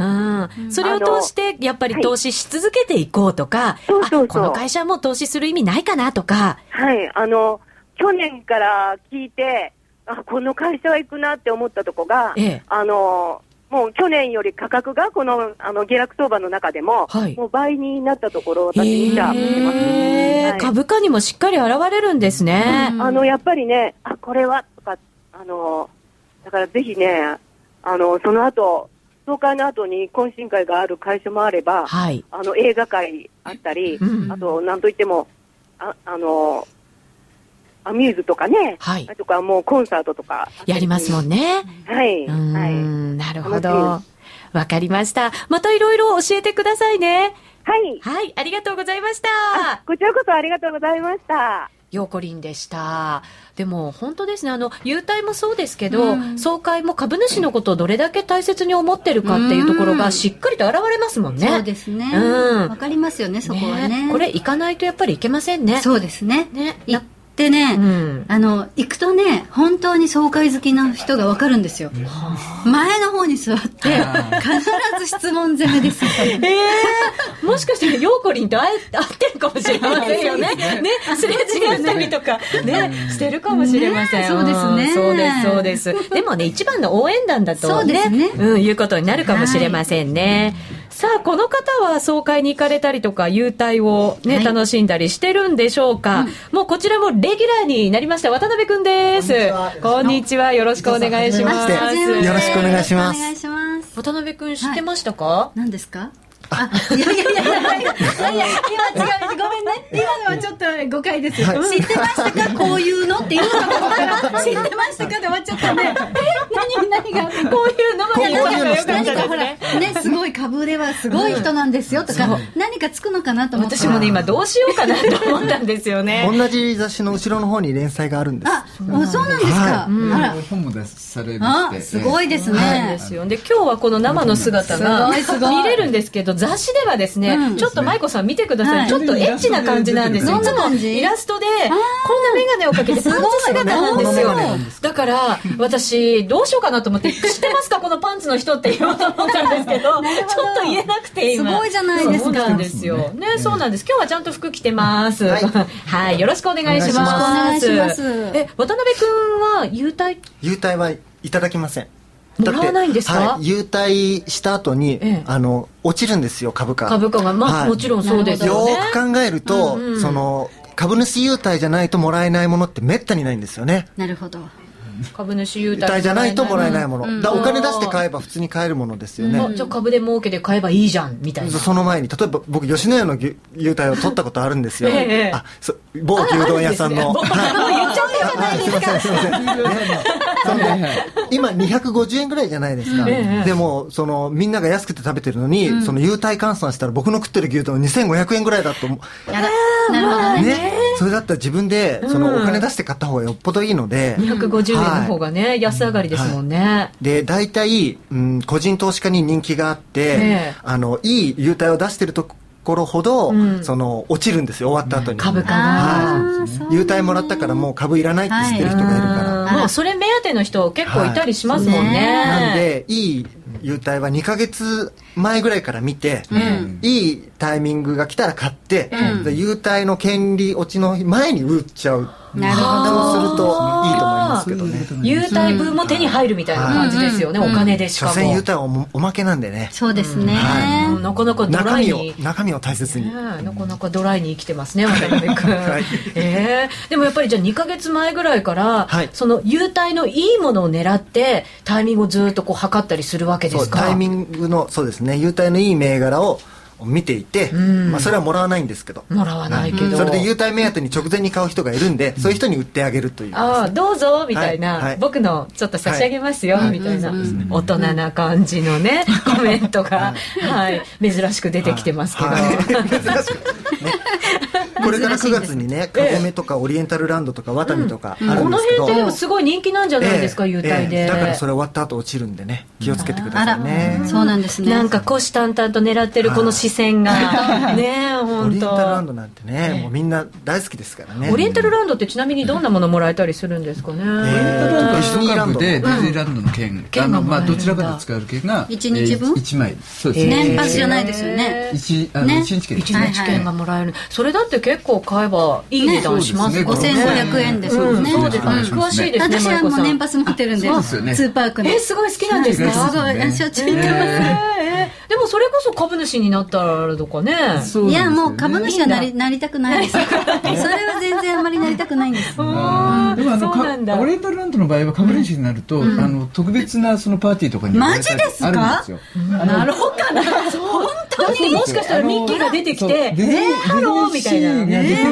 ん。それを通して、やっぱり投資し続けていこうとか、
そうそうそう
あこの会社はもう投資する意味ないかなとか、
はい、あの、去年から聞いて、あ、この会社は行くなって思ったとこが、
ええ
あの、もう去年より価格がこのあの下落相場の中でも、
はい
もう倍になったところを私見た、見てます、
へー
はい
株価にもしっかり現れるんですね。
あのやっぱりね、あこれはとか、あのだからぜひね、あのその後総会の後に懇親会がある会社もあれば、
はい。
あの映画会あったり、
うん
あと、なんといっても、ああのアミューズとかね、
はい
あとかもうコンサートとか、
やりますもんね。
はい、
うー
はい、
ん、なるほど。
楽
わかりました。またいろいろ教えてくださいね。
はい、
はい、ありがとうございました。
こちらこそありがとうございました。
ヨーコリンでした。でも本当ですね、あの、優待もそうですけど、総会も株主のことをどれだけ大切に思ってるかっていうところがしっかりと現れますもん ね。
そうですね。
うん
わかりますよね、そこはね。
これ行かないとやっぱりいけませんね。
そうですね。
ね
行っでね、
うん
あの行くとね本当に爽快好きな人が分かるんですよ前の方に座って必ず質問攻めですよ
えー、もしかしたらヨーコリンと会え会ってるかもしれませんよね。ね、すれ違ったりとか、ね、してるかもしれません。
ねそうですね
んそうです、そうです。でもね、一番の応援団だと、ね、
そうですね
うん、いうことになるかもしれませんね。さあ、この方は総会に行かれたりとか、優待をね、
はい
楽しんだりしてるんでしょうか。もうこちらもレギュラーになりました、渡辺くんです。こんにちは、よろしくお願いします。
はじめまして
よろしくお願いします
お願いします
渡辺くん知ってましたか、
何ですかあ、いやいやいやいやいや、いや今違う、ごめんね。今のはちょっと誤解です。
はい
知ってましたかこういうのっていうのがここから、知ってましたかで終わっちゃ ったんで、え、何、何が
こういうのも
こういうの知ってま
何
し
か
た
ほら、ね、すごい株ではすごい人なんですよとか、何かつくのかなと思って。
私もね、今どうしようかなと思ったんですよね。
同じ雑誌の後ろの方に連載があるんです。
あ、もうそうなんですか。あら、
本も出されま
あ
して、
すごいです
そうなん
ね
で。すよで今日はこの生の姿
す
が
ごいすごい
見れるんですけど雑誌ではですね、
うん
ちょっと舞子さん見てください、
はい
ちょっとエッチな感じなんですよい
どん
つ
な
も
感じ
イラストでこんな眼鏡をかけてパンツ姿なんですよ
すごいね
だから私どうしようかなと思って「知ってますかこのパンツの人」って言おうと思ったんですけどちょっと言えなくて今
すごいじゃないですか
そうなんですよねそうなんです今日はちゃんと服着てますはい、よろしくお願いします
よろしくお願いします
え渡辺君は優待
優待はいただきません。
もらわないんですか
はい、優待した後に、
ええ
あの落ちるんですよ株価。
株価がまあ、
はい
もちろんそうですよ
よ
ね
ーく考えると、
うんうん
その株主優待じゃないともらえないものってめったにないんですよね。
なるほど。
株主優
優待じゃないともらえない
も
もの。
うん
だからお金出して買えば普通に買えるものですよね。
じゃあ株で儲けて買えばいいじゃんみたいな
その前に例えば僕吉野家の牛優待を取ったことあるんですよ、
ええ
あそ某牛丼屋さんの
ああ
はいすいませんすいません今250円ぐらいじゃないですか、
ええ
でもそのみんなが安くて食べてるのに、その優待換算したら僕の食ってる牛丼2500円ぐらいだと思う
やだ。なるほどね。
ね、それだったら自分でそのお金出して買った方がよっぽどいいので、
250円の方がね、安上がりですもんね、
で大体、うん、個人投資家に人気があって、
ええ
あのいい優待を出してるところほど、
うん
その落ちるんですよ終わった後に、
株価が、
あーそう
優待もらったからもう株いらないって知ってる人がいるから、
うんまあそれ目当ての人結構いたりしますもんね、
なんでいい優待は2ヶ月前ぐらいから見て、
ん
いいタイミングが来たら買って、で優待の権利落ちの前に売っちゃう
なるほど
そうするといいと思いますけどね
優待分も手に入るみたいな感じですよね、お金でし
所
か
詮
も、
優待はおおまけなんでね
そうですね。
うんなかなかド
中
ライ
身を
に
中身を大切に、
ねえなかなかドライに生きてますね、渡辺君。
はい
ええでもやっぱりじゃあ2ヶ月前ぐらいから、
はい
その優待のいいものを狙って、タイミングをずっとこう測ったりするわけで
そう
すか
タイミングのそうですね優待のいい銘柄を見ていて、まあ、それはもらわないんですけど
もらわないけど。
それで優待目当てに直前に買う人がいるんで、そういう人に売ってあげるという
ああどうぞみたいな、
はいはい
僕のちょっと差し上げますよ、
はい
みたいな、大人な感じの ね、コメントが、はい、珍しく出てきてますけど、
はい珍しくねこれから9月にねカゴメとかオリエンタルランドとかワタミとかある
こ
んで
の
すけど、
辺でもすごい人気なんじゃないですか、
ええ
優待で、
ええだからそれ終わった後落ちるんでね気をつけてくだ
あら
さいね、
そうなんですね。
なんか虎視眈々と狙ってるこの視線がねえ
オ
本
リエンタルラン
当
ドなんてね、もうみんな大好きですからね
オリエンタルランドってちなみにどんなものもらえたりするんですかね、
え
一緒にランドでディズニーランドの券、
券
あ
が
の
も
ま
らえ
あ
るんだ
どちらかで使える券が
一日分
えー一枚そうです
年
ね。
パスじゃないですよね。
一あの
ね
一日券です
一
はい
ね。
日券がもらえる、それだって結構買えばいい値段します
ね
もん
5500円ですもんね。
うんそうですね、
うん
詳しいですね
私は
舞子
も
さ
うん年パス持ってるんで、
あそうですよね
ツーパークの。
えすごい好きなんです
す
ね
ご
ね
い、しょっちゅう行ってます。
えーでもそれこそ株主になったらとかね
そう
い
なんです
や、
よね
もう株主はなりなりたくない です。それは全然あまりなりたくないんです。
あーでもあの
そうなんだ
かオリエンタルランドの場合は株主になると、あの特別なそのパーティーとかに
マジですか
あるんですよ。
なろうかな本当にもしかしたらミッキーが出てきて「え
そう
ーハロー」みたいな
ディズニーシーができ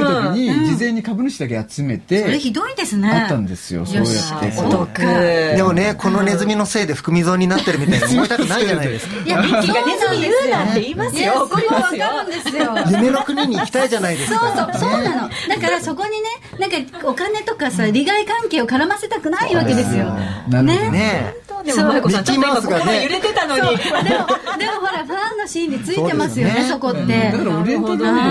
る時に事前に株主だけ集め
それ
て
ひどいですね。
あったんですよ。そうやって
お
そう。
得で
でもねこのネズミのせいで含み損になってるみたいに思いたくないじゃないですか
いや、ミッキ
ミッキーがネズミ言うなって言いますよ
怒りはわかるんですよ。
夢の国に行きたいじゃないです
そう
か。
そう、そうなの。だからそこにね、なんかお金とかさ、利害関係を絡ませたくないわけですよ。
なるほど
ね。
ね。
ね
でも、まゆこさん、ちょっと今
ミッキーマ
心
ウスがね
揺れてたの
そう
に。
でも、でもほら、ファンの心理ついてますよね、そ
そ
こ
う
っ
で
て。
だからオリエンタルランドはな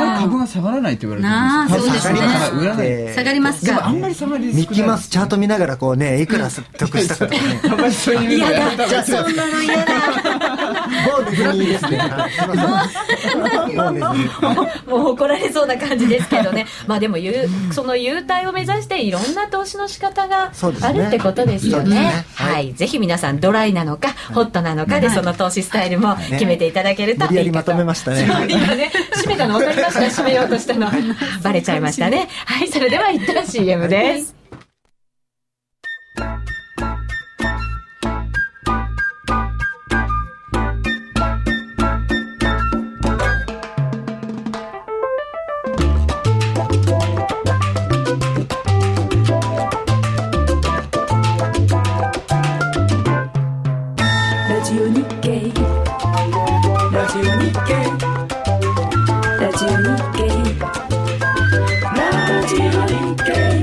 かなか株が下がらないって言われて
なあ
るんです
そ
よ。
うですね
株価が売らない。
えー
下がります
でもあ
か。
んまり下がり
ミッキーマウスチャート見ながらこうねいくら得したかとかね
あんまりそういうのがやった方がいいですよ
そんなの嫌だ。
某ディズニーですねはいすいません某ディズニー
もう怒られそうな感じですけど ね。まあでも、ゆうその優待を目指していろんな投資の仕方が
そうですね
あるってことですよ
そうです
ね
ね。はい
はい。ぜひ皆さん、ドライなのか、ホットなのかで、その投資スタイルも決めていただけるといいか
無
と
理やりまとめましたね
今ね、締めたの分かりました 締めようとしたの。バレちゃいましたね。はい、それでは一旦 CM です。
ラジオ日経ラジオ日経ラジオ日経ラジオ日経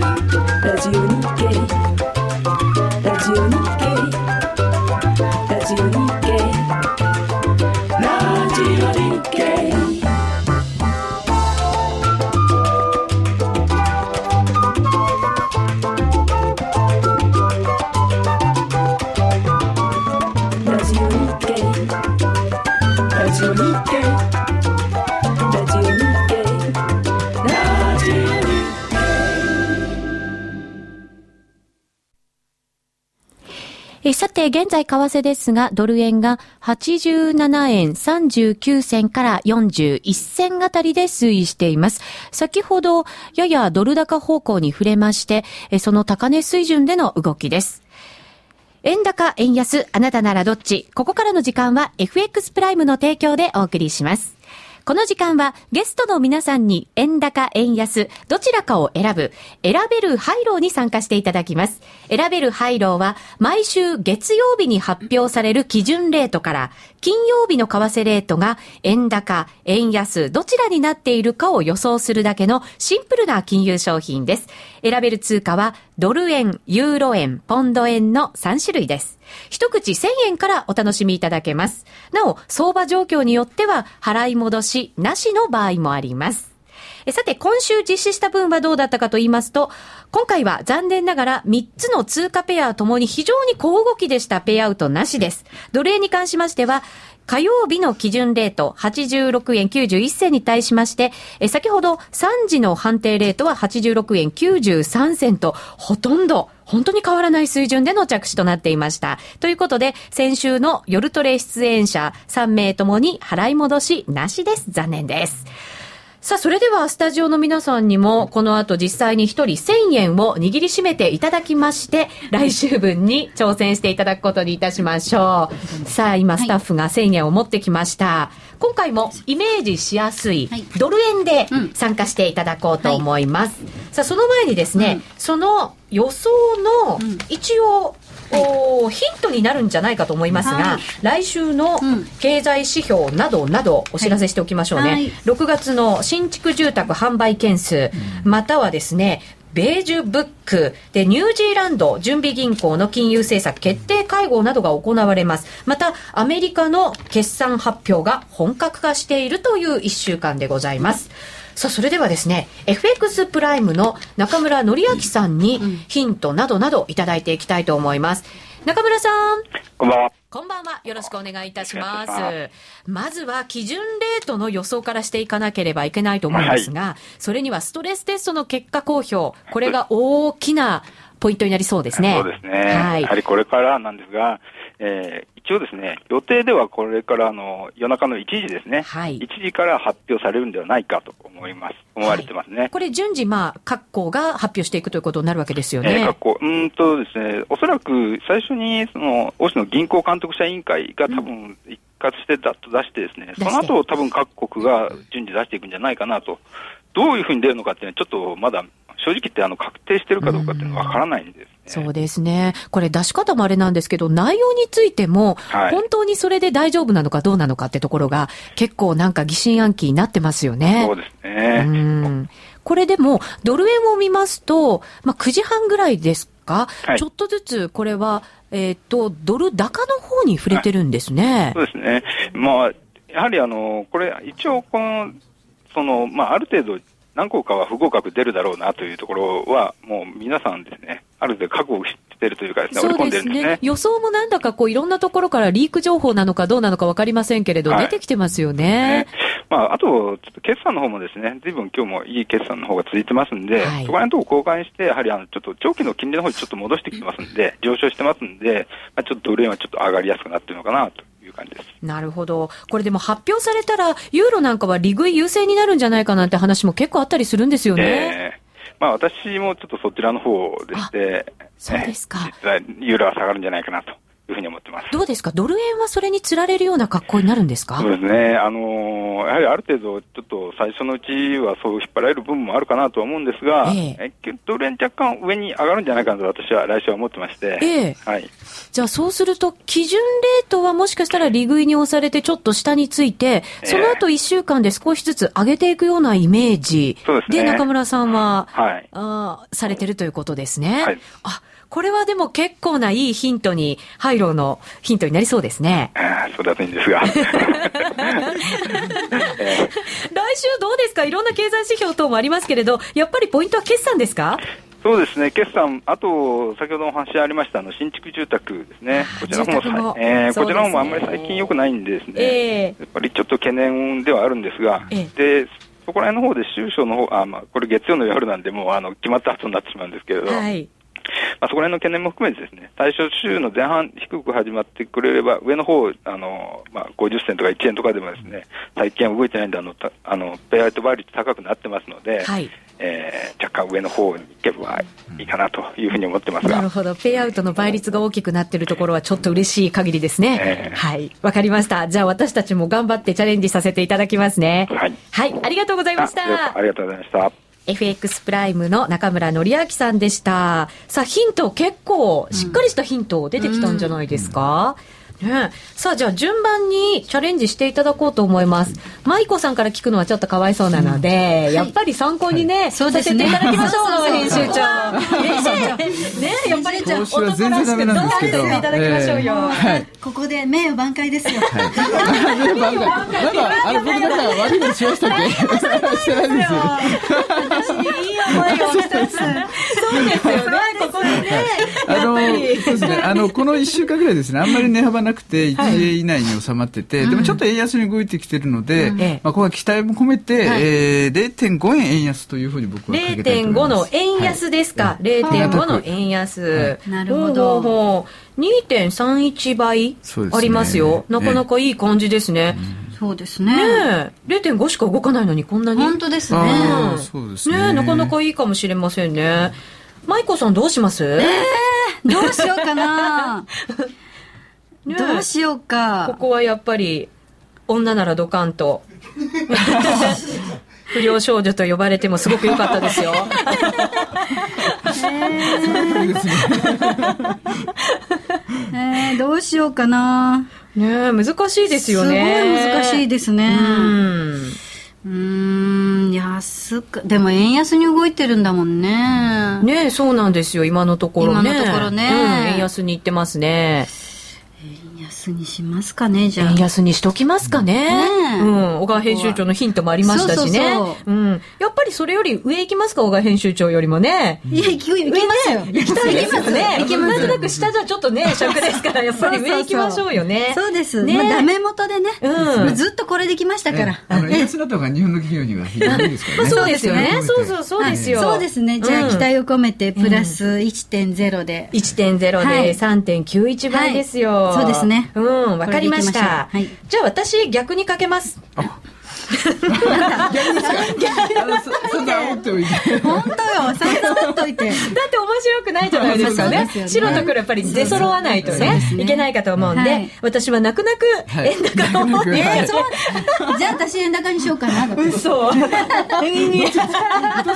ラジオ日経ラジオ日経ラジオ日経ラジオ日経ラジオ日経ラジオ日経ラジオ日経ラジオ日経
えさて、現在為替ですが、ドル円が87円39銭から41銭あたりで推移しています。先ほど、ややドル高方向に触れまして、えその高値水準での動きです。円高、円安、あなたならどっちここからの時間は FX プライムの提供でお送りします。この時間はゲストの皆さんに円高、円安、どちらかを選ぶ、選べるハイローに参加していただきます。選べるハイローは毎週月曜日に発表される基準レートから、金曜日の為替レートが円高、円安、どちらになっているかを予想するだけのシンプルな金融商品です。選べる通貨はドル円、ユーロ円、ポンド円の3種類です。一口1000円からお楽しみいただけます。なお、相場状況によっては払い戻しなしの場合もあります。えさて、今週実施した分はどうだったかと言いますと、今回は残念ながら3つの通貨ペアともに非常に小動きでしたペイアウトなしです。奴隷に関しましては、火曜日の基準レート86円91銭に対しまして、え先ほど3時の判定レートは86円93銭と、ほとんど本当に変わらない水準での着手となっていました。ということで、先週の夜トレ出演者3名ともに払い戻しなしです。残念です。さあ、それではスタジオの皆さんにも、この後実際に一人1000円を握りしめていただきまして、来週分に挑戦していただくことにいたしましょう。さあ、今スタッフが1000円を持ってきました。今回もイメージしやすい
はい
ドル円で
うん
参加していただこうと思います。さあ、その前にですね、その予想の
ん
一応、おヒントになるんじゃないかと思いますが、
はい
来週の
うん
経済指標などなどお知らせしておきましょうね、
はい
6月の新築住宅販売件数、またはですねベージュブックでニュージーランド準備銀行の金融政策決定会合などが行われますまたアメリカの決算発表が本格化しているという1週間でございますさあそれではですね FX プライムの中村則明さんにヒントなどなどいただいていきたいと思います中村さん
こんばんは。
こんばんは。よろしくお願いいたしま
よろしくお願
す。まずは基準レートの予想からしていかなければいけないと思うんですが、それにはストレステストの結果公表、これが大きなポイントになりそうですね。
そうですね。
はい
やは。りこれからなんですが、えー一応ですね、予定ではこれからあの夜中の1時ですね、
はい
1時から発表されるんではないかと思います。思われてますね。
これ順次、まあ、各校が発表していくということになるわけですよ
えー
ね
学。校うーんとですね、おそらく最初にその大野銀行監督者委員会が多分一括してだっと出してですね、
出して
その後多分各国が順次出していくんじゃないかなと、どういうふうに出るのかっていうのはちょっとまだ正直言ってあの確定してるかどうかっていうのはわからないんです
そうですね。これ出し方もあれなんですけど、内容についても、
はい
本当にそれで大丈夫なのかどうなのかってところが、結構なんか疑心暗鬼になってますよね。
そうですね。
うんこれでも、ドル円を見ますと、まあ、9時半ぐらいですか、
はい
ちょっとずつこれは、えーっと、ドル高の方に触れてるんですね。
そうですね。まあ、やはりあの、これ、一応、この、その、まあ、ある程度、何個かは不合格出るだろうなというところは、もう皆さんですね、ある程度覚悟してるというかですね、織り込んでるんですね。
予想もなんだかこういろんなところからリーク情報なのかどうなのか分かりませんけれど、
はい
出てきてますよね
ね。まあ、あと、ちょっと決算の方もですね、ずいぶん今日もいい決算の方が続いてますんで、
はい
そこら辺のとこ交換して、やはりあのちょっと長期の金利の方にちょっと戻してきてますんで、上昇してますんで、まあ、ちょっとドル円はちょっと上がりやすくなってるのかなという感じです。
なるほど。これでも発表されたら、ユーロなんかは利食い優勢になるんじゃないかなんて話も結構あったりするんですよね。
ええまあ、私もちょっとそちらの方でして、
そうですか
ええ実はユーロは下がるんじゃないかなというふうに思ってます。
どうですかドル円はそれにつられるような格好になるんですか
そうですね、あのーやはりある程度、ちょっと最初のうちはそう引っ張られる部分もあるかなとは思うんですが、
え
えドル円若干上に上がるんじゃないかなと私は来週は思ってまして、
ええ
はい、
じゃあそうすると、基準レートはもしかしたら利食いに押されてちょっと下について、
え
その後1週間で少しずつ上げていくようなイメージ
そうです
で
ね
中村さんは、
はい
あーされてるということですね。
はい
あ、これはでも結構ないいヒントに、廃炉のヒントになりそうですね。
あーそれだといいんです が、
来週どうですかいろんな経済指標等もありますけれど、やっぱりポイントは決算ですか
そうですね、決算、あと先ほどお話ありましたあの新築住宅ですね、こちらの方
住宅
も
も
さい、ええ
そう
こ
ですね
ちらの方もあんまり最近良くないんでですね、
ええ
やっぱりちょっと懸念ではあるんですが、
え
でそこら辺の方で収書の方あ、まあ、これ月曜の夜なんで、もうあの決まった後になってしまうんですけれど、
はい。
まあ、そこら辺の懸念も含めてですね、対象週の前半低く始まってくれれば、上の方、あの、まあ、50銭とか1円とかでもですね、最近は動いてないんで、あの、たあの、ペイアウト倍率高くなってますので、
はい
えー若干上の方に行けばいいかなというふうに思ってます
なる
が、
ほど。ペイアウトの倍率が大きくなっているところはちょっと嬉しい限りですね
え。え
はい。わかりました。じゃあ私たちも頑張ってチャレンジさせていただきますね。
はい
ありがとうございまし
あ
た
あ。りがとうございました。
FX プライムの中村則明さんでした。さあ、ヒント結構、しっかりしたヒント出てきたんじゃないですか、ねえ、さあ、じゃあ順番にチャレンジしていただこうと思います。舞子さんから聞くのはちょっとかわいそうなので、やっぱり参考にね、
そうです
させて
ね
いただきましょう、
そうそうそう
編 集長。ねえねえやっぱりじゃあ、
投資
男
は
らしくどう
全然ダメなんですけど
していただきましょうよ。
はい。
ここで名誉挽回ですよ。
なんか、なんか、あれ、僕なんか悪いことしましたっけしてないですよね。
私にいい思いを一つ。そうですよね、ここでね。
あの、そうですね。あの、この1週間ぐらいですね、あんまり値幅なくて、1円以内に収まってて、でもちょっと円安に動いてきてるので、
ん
まあ、ここは期待も込めて、
はい
えー、0.5円円安というふうに僕はかけたい
0.5
と思いま
の
す。
円安ですか、0.5の円安、
いなるほど
ほうほうほう2.31倍
そうですね
ありますよなかなかいい感じですね、
そうです
ねえ0.5しか動かないのにこんなに
本当ですね。
あ
うん
ーそうですね
ねえなかなかいいかもしれませんね舞子さんどうします、
どうしようか な。
ねえ
どうしよう
こ
か。
こはやっぱり女ならドカンと不良少女と呼ばれてもすごく良かったですよ
えー、どうしようかな。
ねえ難しいですよね
すごい難しいです ね。
うん
うーん、安く。でも円安に動いてるんだもんね。
ねえそうなんですよ今のところね
今のところね
うん、円安に行ってますね
円安にしますかね、じゃあ
円。安にしときますかね
ねえ
うん、小川編集長のヒントもありましたしね
そうそうそ
ん、やっぱりそれより上行きますか小川編集長よりもね
いや、行き行きますよ。行き
下行きますね
行きま
なんと
す。
なく下じゃちょっとね尺ですからやっぱり上行きましょうよね
そうです。
ね
ね、まあ、ダメ元でね。
うん
ずっとこれできましたか
ね
ら。
あの、円安だった方が日本の企業には非常にいいですからね。
そうですよね。
そう
そ
で
う
す
そ
よ
う、そうですよ。
そうですね。じゃあ、
うん
期待を込めて、プラス1.0で。
1.0
はい
で3.91倍ですよ、
はいそうですね
うん、わかりました。
これでいきましょうはい
じゃあ私逆にかけます。
あのそそんな煽ってもいい
本当よ、散々持っといて。
だって面白くないじゃないですか
まあ
ね
そうですよ
白
ね
と黒やっぱり出揃わないと
そう
ね
で
ね
いけないかと思うんで、
はい
私は泣く泣く
はい
円高を持って、
泣く泣く
じゃあ私円高にしようかなとか。
そう
ここで勝負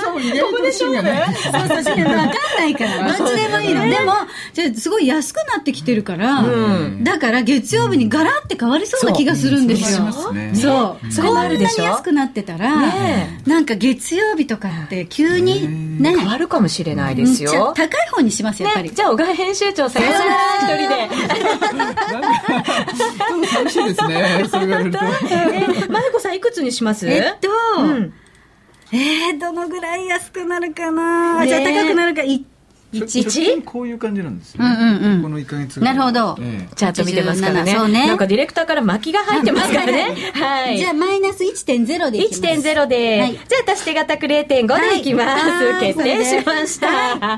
そうそう、 そう分かんないから、どっちでもいいの。でも、じゃあすごい安くなってきてるから、だから月曜日にガラって変わりそうな気がするんですよ。
そうですね
そう。
それ
こん
もあ
な
る
に
でしょ
安くなってたら
ね、
なんか月曜日とかって急に、ね、
変わるかもしれないで
うん
す
じゃあ
よ、
高い方にします、やっぱ
ね、
り。
じゃあ小川編集長探します一人で
寂しいですねそう言われると
えまゆこさんいくつにします
えっと、
うん
えー、どのぐらい安くなるかな、
ね
じゃあ高くなるか、い
ちょ
1。
直近こういう感じなんですよね、
うんうんうん
この一ヶ月
なるほど
ええ
チャート見てますからね
87そうね
なんかディレクターから巻きが入ってますからねはい
じゃあマイナス1.0でいきます。
1.0で、
はい
じゃあ足して型く0.5でいきます、
はい
決定しました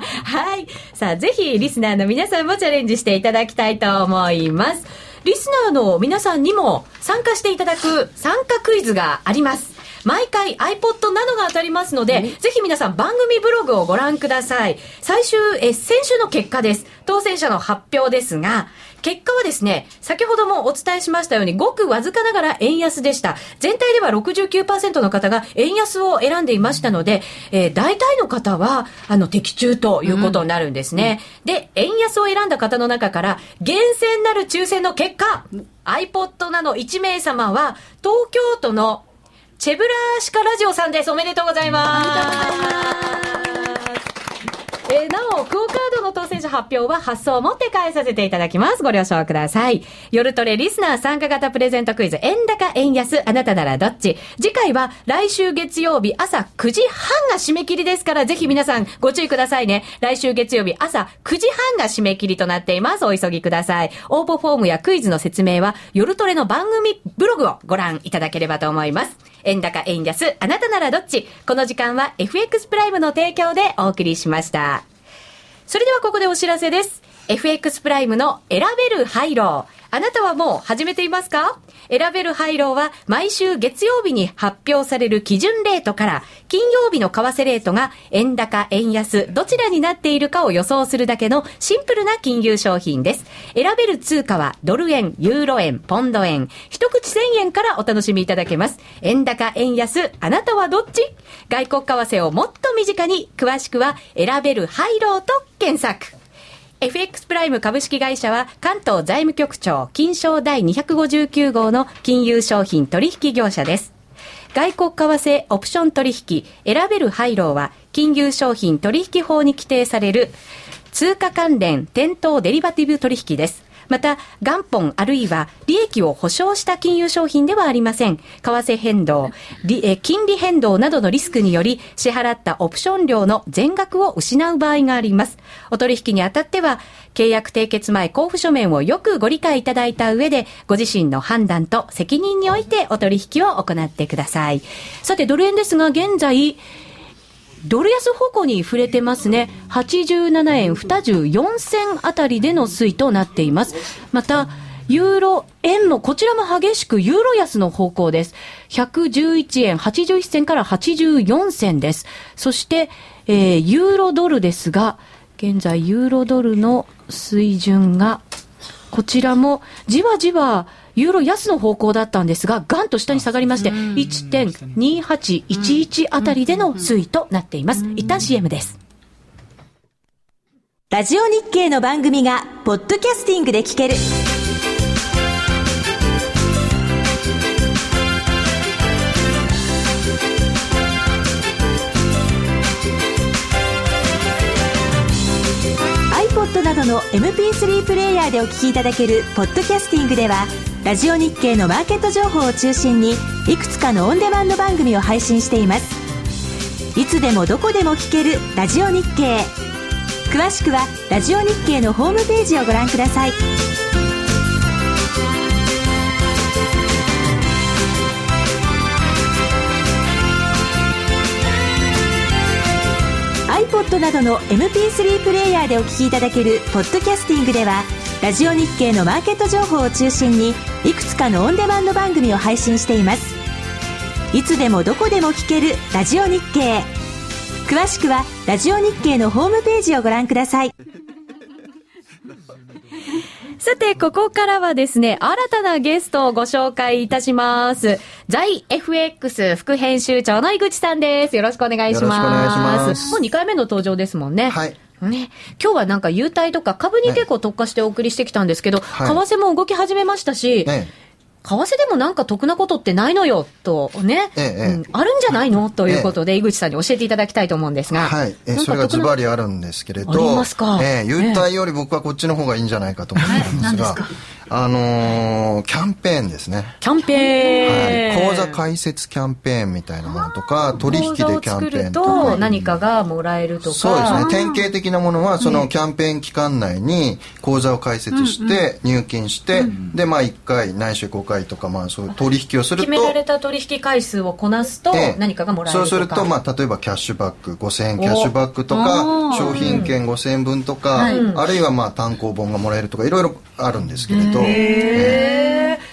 はい、さあぜひリスナーの皆さんもチャレンジしていただきたいと思いますリスナーの皆さんにも参加していただく参加クイズがあります毎回 iPod などが当たりますので、ぜひ皆さん番組ブログをご覧ください。最終、え、先週の結果です。当選者の発表ですが、結果はですね、先ほどもお伝えしましたように、ごくわずかながら円安でした。全体では69%の方が円安を選んでいましたので、えー大体の方は、あの、的中ということになるんですね。で、円安を選んだ方の中から、厳選なる抽選の結果、iPod など1名様は、東京都のチェブラーシカラジオさんです。おめでとうございます。えーなお、クオカードの当選者発表は発送をもって返させていただきます。ご了承ください。夜トレリスナー参加型プレゼントクイズ、円高円安、あなたならどっち次回は来週月曜日朝9時半が締め切りですから、ぜひ皆さんご注意くださいね。来週月曜日朝9時半が締め切りとなっています。お急ぎください。応募フォームやクイズの説明は、夜トレの番組ブログをご覧いただければと思います。円高円安、あなたならどっちこの時間は FX プライムの提供でお送りしました。それではここでお知らせです。FX プライムの選べるハイロー。あなたはもう始めていますか選べるハイローは毎週月曜日に発表される基準レートから金曜日の為替レートが円高、円安、どちらになっているかを予想するだけのシンプルな金融商品です。選べる通貨はドル円、ユーロ円、ポンド円。一口1000円からお楽しみいただけます。円高、円安、あなたはどっち外国為替をもっと身近に、詳しくは選べるハイローと検索。FX プライム株式会社は関東財務局長金賞第259号の金融商品取引業者です。外国為替オプション取引選べる配慮は金融商品取引法に規定される通貨関連店頭デリバティブ取引です。また、元本あるいは利益を保証した金融商品ではありません。為替変動、利え金利変動などのリスクにより支払ったオプション料の全額を失う場合があります。お取引にあたっては、契約締結前交付書面をよくご理解いただいた上で、ご自身の判断と責任においてお取引を行ってください。さて、ドル円ですが、現在、ドル安方向に触れてますね。87円24銭あたりでの推移となっています。また、ユーロ円もこちらも激しくユーロ安の方向です。111円81銭から84銭です。そして、えーユーロドルですが、現在ユーロドルの水準がこちらもじわじわユーロ安の方向だったんですが、ガンと下に下がりまして、1.2811あたりでの推移となっています。一旦 CM です。
ラジオ日経の番組がポッドキャスティングで聞ける。iPod などの MP3 プレイヤーでお聞きいただけるポッドキャスティングでは、ラジオ日経のマーケット情報を中心に、いくつかのオンデマンド番組を配信しています。いつでもどこでも聞けるラジオ日経。詳しくはラジオ日経のホームページをご覧ください「iPod などの MP3 プレイヤーでお聞きいただけるポッドキャスティングではラジオ日経のマーケット情報を中心にいくつかのオンデマンド番組を配信していますいつでもどこでも聞けるラジオ日経詳しくはラジオ日経のホームページをご覧ください
さて、ここからはですね、新たなゲストをご紹介いたします。在 FX 副編集長の井口さんです。よろしくお願いします。
よろしくお願いします
もう2回目の登場ですもんね。
はい。
ね、今日はなんか優待とか株に結構特化してお送りしてきたんですけど、
はい
為替も動き始めましたし、
ええ
為替でもなんか得なことってないのよとね、
ええええ
うんあるんじゃないのということで、井口さんに教えていただきたいと思うんですが、
はい、え
なん
そ
か
れが
得
ズ
な
バリあるんですけれど
ありますか
えー優待より僕はこっちの方がいいんじゃないかと思ってるんですが、あのーキャンペーンですね、
キャンペーン、
はい、口座開設キャンペーンみたいなものとか取引でキ
口座を
ャン
作
ペー
る
ンとか
と何かがもらえるとか、
そうですね典型的なものはそのキャンペーン期間内に口座を開設して入金して、でまあ1回ないし5回とかまあそういう取引をする
決
と
められた取引回数をこなすと
ええ
何かがもらえるとか、
そうすると、まあ、例えばキャッシュバック5000円キャッシュバックとか商品券5000円分とか、あるいは、まあ、単行本がもらえるとかいろいろあるんですけれど、ええ
えー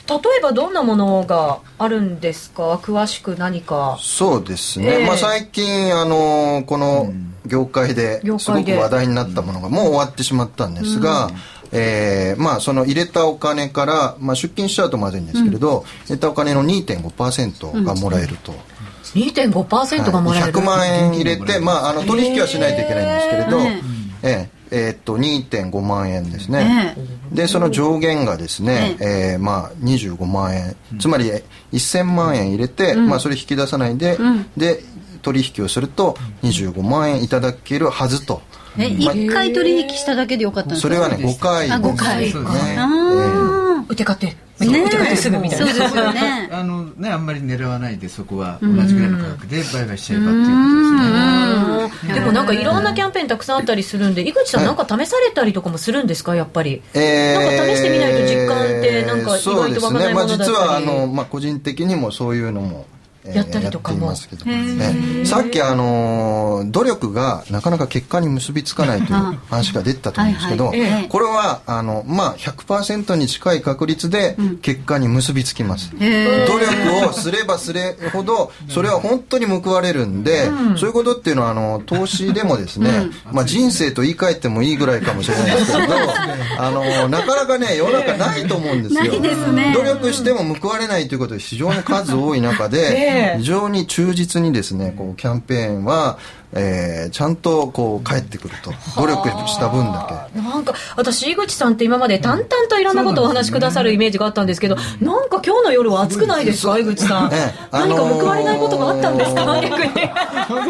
例えばどんなものがあるんですか詳しく何か
そうですね、
ええ
まあ、最近、あのこの業界で
業
すご
界
く
で
話題になったものがもう終わってしまったんですが、えーまあ、その入れたお金から、まあ、出金しちゃうとまずいんですけれど、入れたお金の2.5%がもらえると。
2.5%がもらえる、
100万円入れて、まあ、あの取引はしないといけないんですけれど、えええーっと2.5万円ですね、でその上限がですね、ええまあ、25万円つまりえ1000万円入れて、まあ、それ引き出さないで、で取引をすると25万円いただけるはずと。
え、一回取引しただけでよかったんです
そ
か
れはね5回
あ、5回。
そう
あ
ですね
あ
打て勝て
ー。ね
打て勝てすぐみたい
そ
な
うですよね。
あのね、あんまり狙わないでそこは同じぐらいの価格で売買しちゃえばっていうことですね。
でもなんかいろんなキャンペーンたくさんあったりするんで井口さんなんか試されたりとかもするんですかやっぱり、
えー
なんか試してみないと実感ってなんか意外とわかんないものだったり
そうですねまあ、実はあの、まあ、個人的にもそういうのも、えー
やったりとかも
やっていますけどねさっきあのー努力がなかなか結果に結びつかないという話が出てたと思うんですけど、
はいはいええ
これはあの、まあ、100%に近い確率で結果に結びつきます、
へ
努力をすればすれほどそれは本当に報われるんで、そういうことっていうのはあの投資でもですね、まあ、人生と言い換えてもいいぐらいかもしれないですけれどあのなかなかね世の中ないと思うんですよ
ないですね
努力しても報われないということで非常に数多い中で非常に忠実にですねこうキャンペーンは、えーちゃんとこう返ってくると努力した分だけ。
なんか私井口さんって今まで淡々といろんなことをお話しくださるイメージがあったんですけどなんか今日の夜は暑くないですか井口さん、
ええあ
何
の
か
ー
報われないことがあったんです か逆に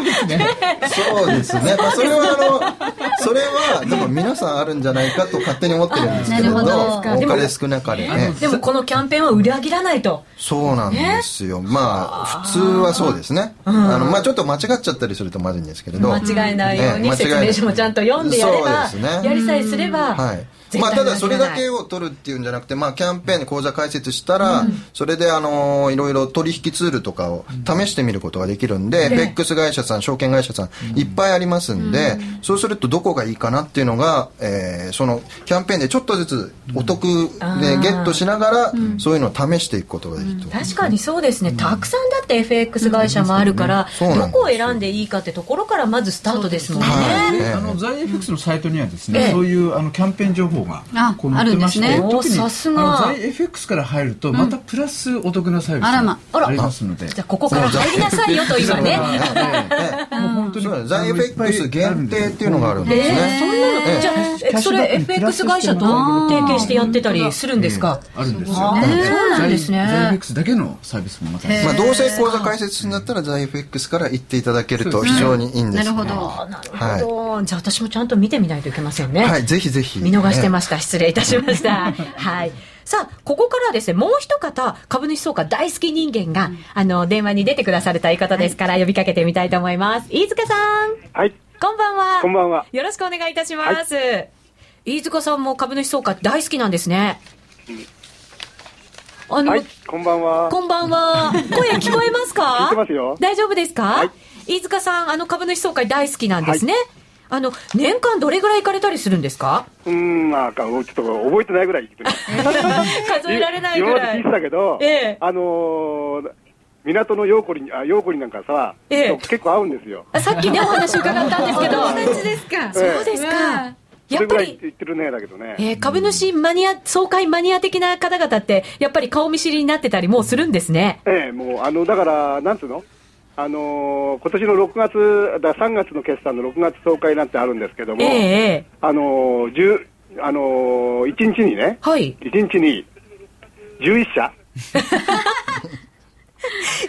そうですね。まあ、それはあの、それは、でも皆さんあるんじゃないかと勝手に思ってるんですけれど、
あなるほ
多
ど
かれ少なかれね。
でもこのキャンペーンは裏切らないと
そうなんですよ。まあ、普通はそうですね。あの、まあ、ちょっと間違っちゃったりするとまずいんですけれど。
間違えないように
ね
説
間違え
明書もちゃんと読んでやれば、
そうですね
やりさえすれば、
はい。
絶
まあ、
対
ただそれだ
間違
けを取るっていうんじゃなくて、まあ、キャンペーンで口座開設したら、それで、あのーいろいろ取引ツールとかを試してみることができるんで、ペックス会社さん、証券会社さん、いっぱいありますんで、そうするとどこがいいかなっていうのが、えーそのキャンペーンでちょっとずつお得でゲットしながら、そういうのを試していくことができると。
確かにそうですね、たくさんだって FX 会社もあるから、
うんうんそう
ど
なんです
こを選んでいいかってところからまずスタートですもんね。
はい
で
ええ
あのザイエフ X のサイトにはですね、
ええ
そういうあのキャンペーン情報が
あ
こう載ってまして、
あるんですね
特に
おーさすが
あのザイエフ X から入るとまたプラスお得なサービス
あらま
がありますので、
じゃあここから入りなさいよと今ね。
もう本当にザイエフ X 限定っていうのがあるんです
え
ね。
ー、そんなの、
ええ
じゃあえ、それ FX 会社と提携してやってたりするんですか
あるんですよ。
あーそうなんですね
ザイザイエフ X だけのサービスもまた。
まあ、どうせ口座開設するんだったら、ザイフ X から行っていただけると非常にいいんで
な
す、
るほど。
あなるほど。じゃあ私もちゃんと見てみないといけませんね。
はい、ぜひぜひ。
見逃してました。失礼いたしました。はい。さあ、ここからはですね、もう一方、株主総会大好き人間が、あの、電話に出てくだされた言い方ですから、呼びかけてみたいと思います。飯塚さん、
はい、
こんばんは。
こんばんは。
よろしくお願いいたします。飯塚さんも株主総会大好きなんですね。 あの、
はい、こんばんは。
こんばんは。声聞こえますか
聞いてますよ
大丈夫ですか、
はい
飯塚さん、あの株主総会大好きなんですね。あの、年間どれぐらい行かれたりするんですか
うーん、まあ、ちょっと覚えてないぐらい言ってる。
数えられないぐ
今まで
ら
聞い
い
て。たけど、
ええ
あのー
港のヨーコリにあヨーコリなんかさ、
ええ
と結構合うんですよ。
あさっきね、お話伺ったんですけど、
ちですか
ええ
そうですか。
そ
やっ
れぐ
ぱ
らい
り、
言ってるねだけどね。
えー株主マニア、総会マニア的な方々って、やっぱり顔見知りになってたりもうするんですね。
ええ、もう、あの、だから、なんつうのあのー今年の6月、だ3月の決算の6月総会なんてあるんですけども、
えええ
あのー、10あのー、1日にね、
えはい。
1日に11社、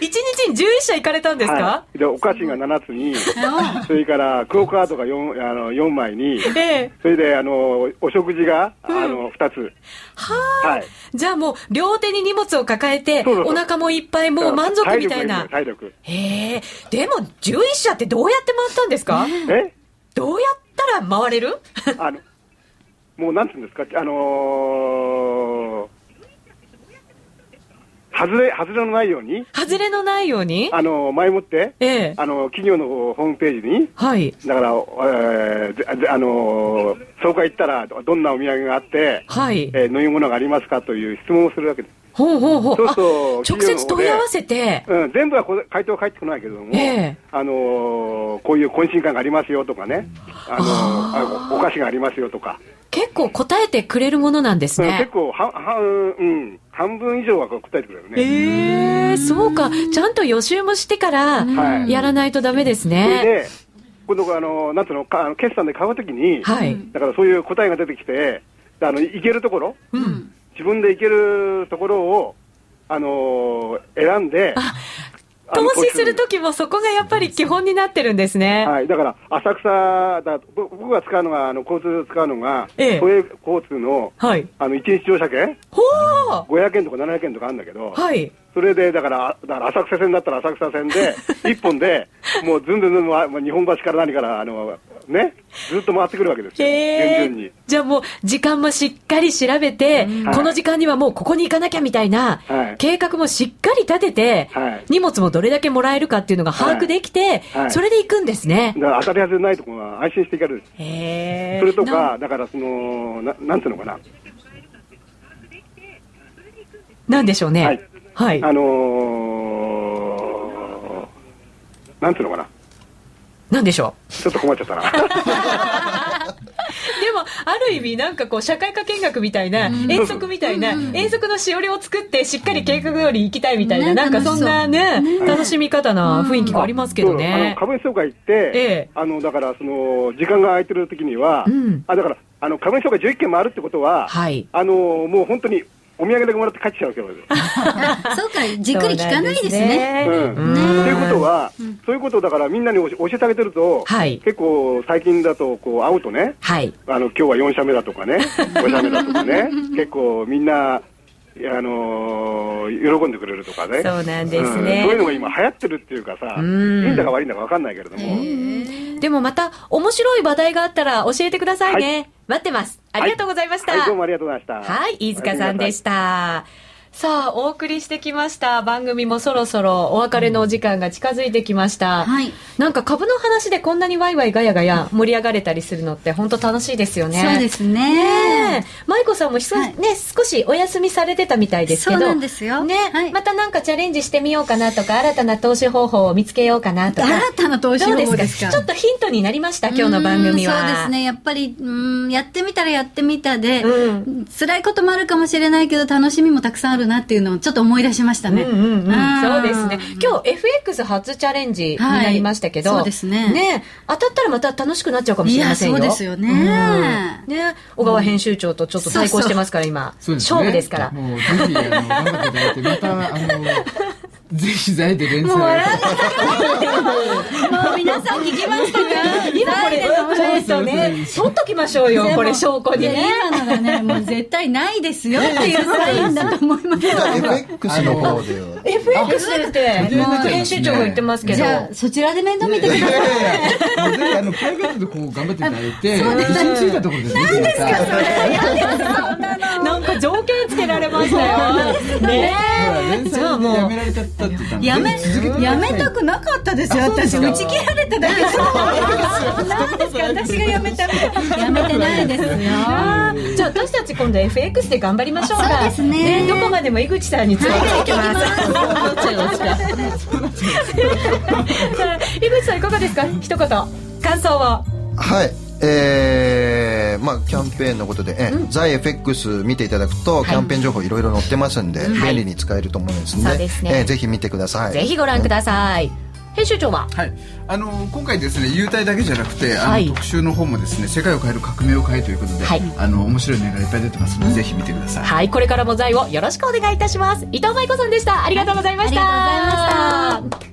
1日に11社行かれたんですか、
い、で、お菓子が7つに、 それからクオカードが 4, あの4枚に、
ええ
それで、あのーお食事が、あの2つ。
はーい。
はい
じゃあもう、両手に荷物を抱えて、
そうそうそう
お腹もいっぱい、もう満足みたいな。
体力がい
へえ。でも、11社ってどうやって回ったんですか
るんだよ体力。
どうやったら回れる
えあの、もうなんつうんですか、あのー、外れ、外れのないように、
外れのないように
あのー前もって、
ええ。
あのー企業のホームページに、
はい。
だから、えーぜぜあのー総会行ったら、どんなお土産があって、
はい。
えー飲み物がありますかという質問をするわけです。
ほうほうほう。
そうそう
あ直接問い合わせて。
うん、全部はこれ回答は返ってこないけども、
ええ
あのーこういう懇親会がありますよとかね、あのーあおお菓子がありますよとか、
結構答えてくれるものなんです
うん、結
ね。
構はは、うん、半分以上はこう答えてくれるね。
ええ、そうか。ちゃんと予習もしてから、
はい
やらないとダメです
それ
ね。
で、今度あのーなんていうのか、あの決算で買うときに、
はい
だからそういう答えが出てきて、あのいけるところ、
うん。
自分で行けるところを、あのー選んで、あの
投資するときもそこがやっぱり基本になってるんですね。
はい、だから浅草だ、ぼ僕が使うのが、あの交通使うのが、
ええ
都営交通の
はい。
あの1日乗車券、
ほう
500円とか700円とかあるんだけど、
はい。
それでだから、だから浅草線だったら浅草線 で、1本で、もうずんずんずん、まあ日本橋から何から、あのね、ずっと回ってくるわけですよ、
へ
順々
え
に。。
じゃあもう時間もしっかり調べて、
はい
この時間にはもうここに行かなきゃみたいな、
はい
計画もしっかり立てて、
はい
荷物もどれだけもらえるかっていうのが把握できて、
はい
それで行くんですね
だ。から当たり外れないところは安心していけるんです。
へえ。
それと
な
か、だからそのな、なんていうのかな、
なんでしょうね。は
はいい。
はい。
あのー、なんていうのかな、
なんでしょ
ちょっと困っちゃったな。
う。でも、ある意味、なんかこう、社会科見学みたいな、遠足みたいな、遠足のしおりを作って、しっかり計画通り行きたいみたいな、
ね
なんか
楽しそ
そ
うん
なね、楽しみ方な雰囲気がありますけど
そうあの
ね。
株主総会行って、
ええ
あのだからその時間が空いてる時には、
うん
あだからあの株主総会11件もあるってことは、
はい
あのもう本当にお土産だけもらって帰っちゃうわけですよ。
そうかじっくり聞かないですね
う
そうなん
ん
です
と
ね。ん
いうことは、そういうことをだからみんなに教教えてあげてると、
はい
結構最近だとこう会うとね、
はい。
あの今日は4社目だ とかね、5社目だとかね、結構みんな、あのー喜んでくれるとかね。
そうなんですね
うんそういうのが今流行ってるっていうかさ、いい
ん
んだか悪いんだか分かんないけれども、
でもまた面白い話題があったら教えてくださいね。待ってます。ありがとうございました。
はい
は、
はいい、どうもありがとうございました。
飯塚さんでした。さあ、お送りしてきました。番組もそろそろお別れのお時間が近づいてきました。
はい
なんか株の話でこんなにワイワイガヤガヤ盛り上がれたりするのって本当楽しいですよね。
そうですね
ねえ。舞子さんもひそ、
はい
ね、少しお休みされてたみたいですけど。
そうなんですよ
ね、
はい
またなんかチャレンジしてみようかなとか、新たな投資方法を見つけようかなとか。
新たな投資
どう
方
です
法
か
ですか
ちょっとヒントになりました、今日の番組は。
うんそうですね。やっぱり、うん、やってみたらやってみたで、
うん
辛いこともあるかもしれないけど、楽しみもたくさんあるなっていうのをちょっと思い出しましたね。
うんうんうん
あー
そうですね。今日 FX 初チャレンジになりましたけど、
はいそうですね
当たったらまた楽しくなっちゃうかもしれませんよ。
いやそうですよね
うんね、小川編集長とちょっと対抗してますから、今。
そうですね
勝負ですから。
もうぜひ、あの、頑張っていただいて、また、あの、ぜひ財で連載を。
もう皆さん聞きましたか
今これ、ちょっとね、取っときましょうよ、これ証拠に
いや
ね。
今のがね、もう絶対ないですよっていうサインだと思います。
じゃあ FX の方では
FX って、
あ
もう編集長が言ってますけど
じ。ゃあ、そちらで面倒見てくだ
い
さい。
やいやいや、もうぜひ、あの、プライベートでこう、頑張っていただいて、一緒についたところで、何ですか、
なんか条件つけられまましたよ。ね
連
じゃあ
載で
もう
やめられちゃったって言ったんで
やめ
続けてください
やめたくなかったですよ私打ち切られただけ そう なんですか私がやめたみたいやめてないですよ
あーじゃあ私たち今度 FX で頑張りましょうか
そうですね
どこまでも井口さんについていき ますなっちゃいましたさあ井口さんいかがですか一言感想を
はいえーまあ、キャンペーンのことで、えザイ FX 見ていただくと、キャンペーン情報いろいろ載ってますんで、便利に使えると思うんですんで,、
そうですね
えーぜひ見てください
ぜひご覧ください編集長は
はい、あの今回ですね優待だけじゃなくてあの、
はい
特集の方もですね世界を変える革命を変えということで、
はい
あの面白い銘柄いっぱい出てますので、ぜひ見てください。
はいこれからも財をよろしくお願いいたします伊藤舞子さんでしたありがとうございました、
はいありがとうございました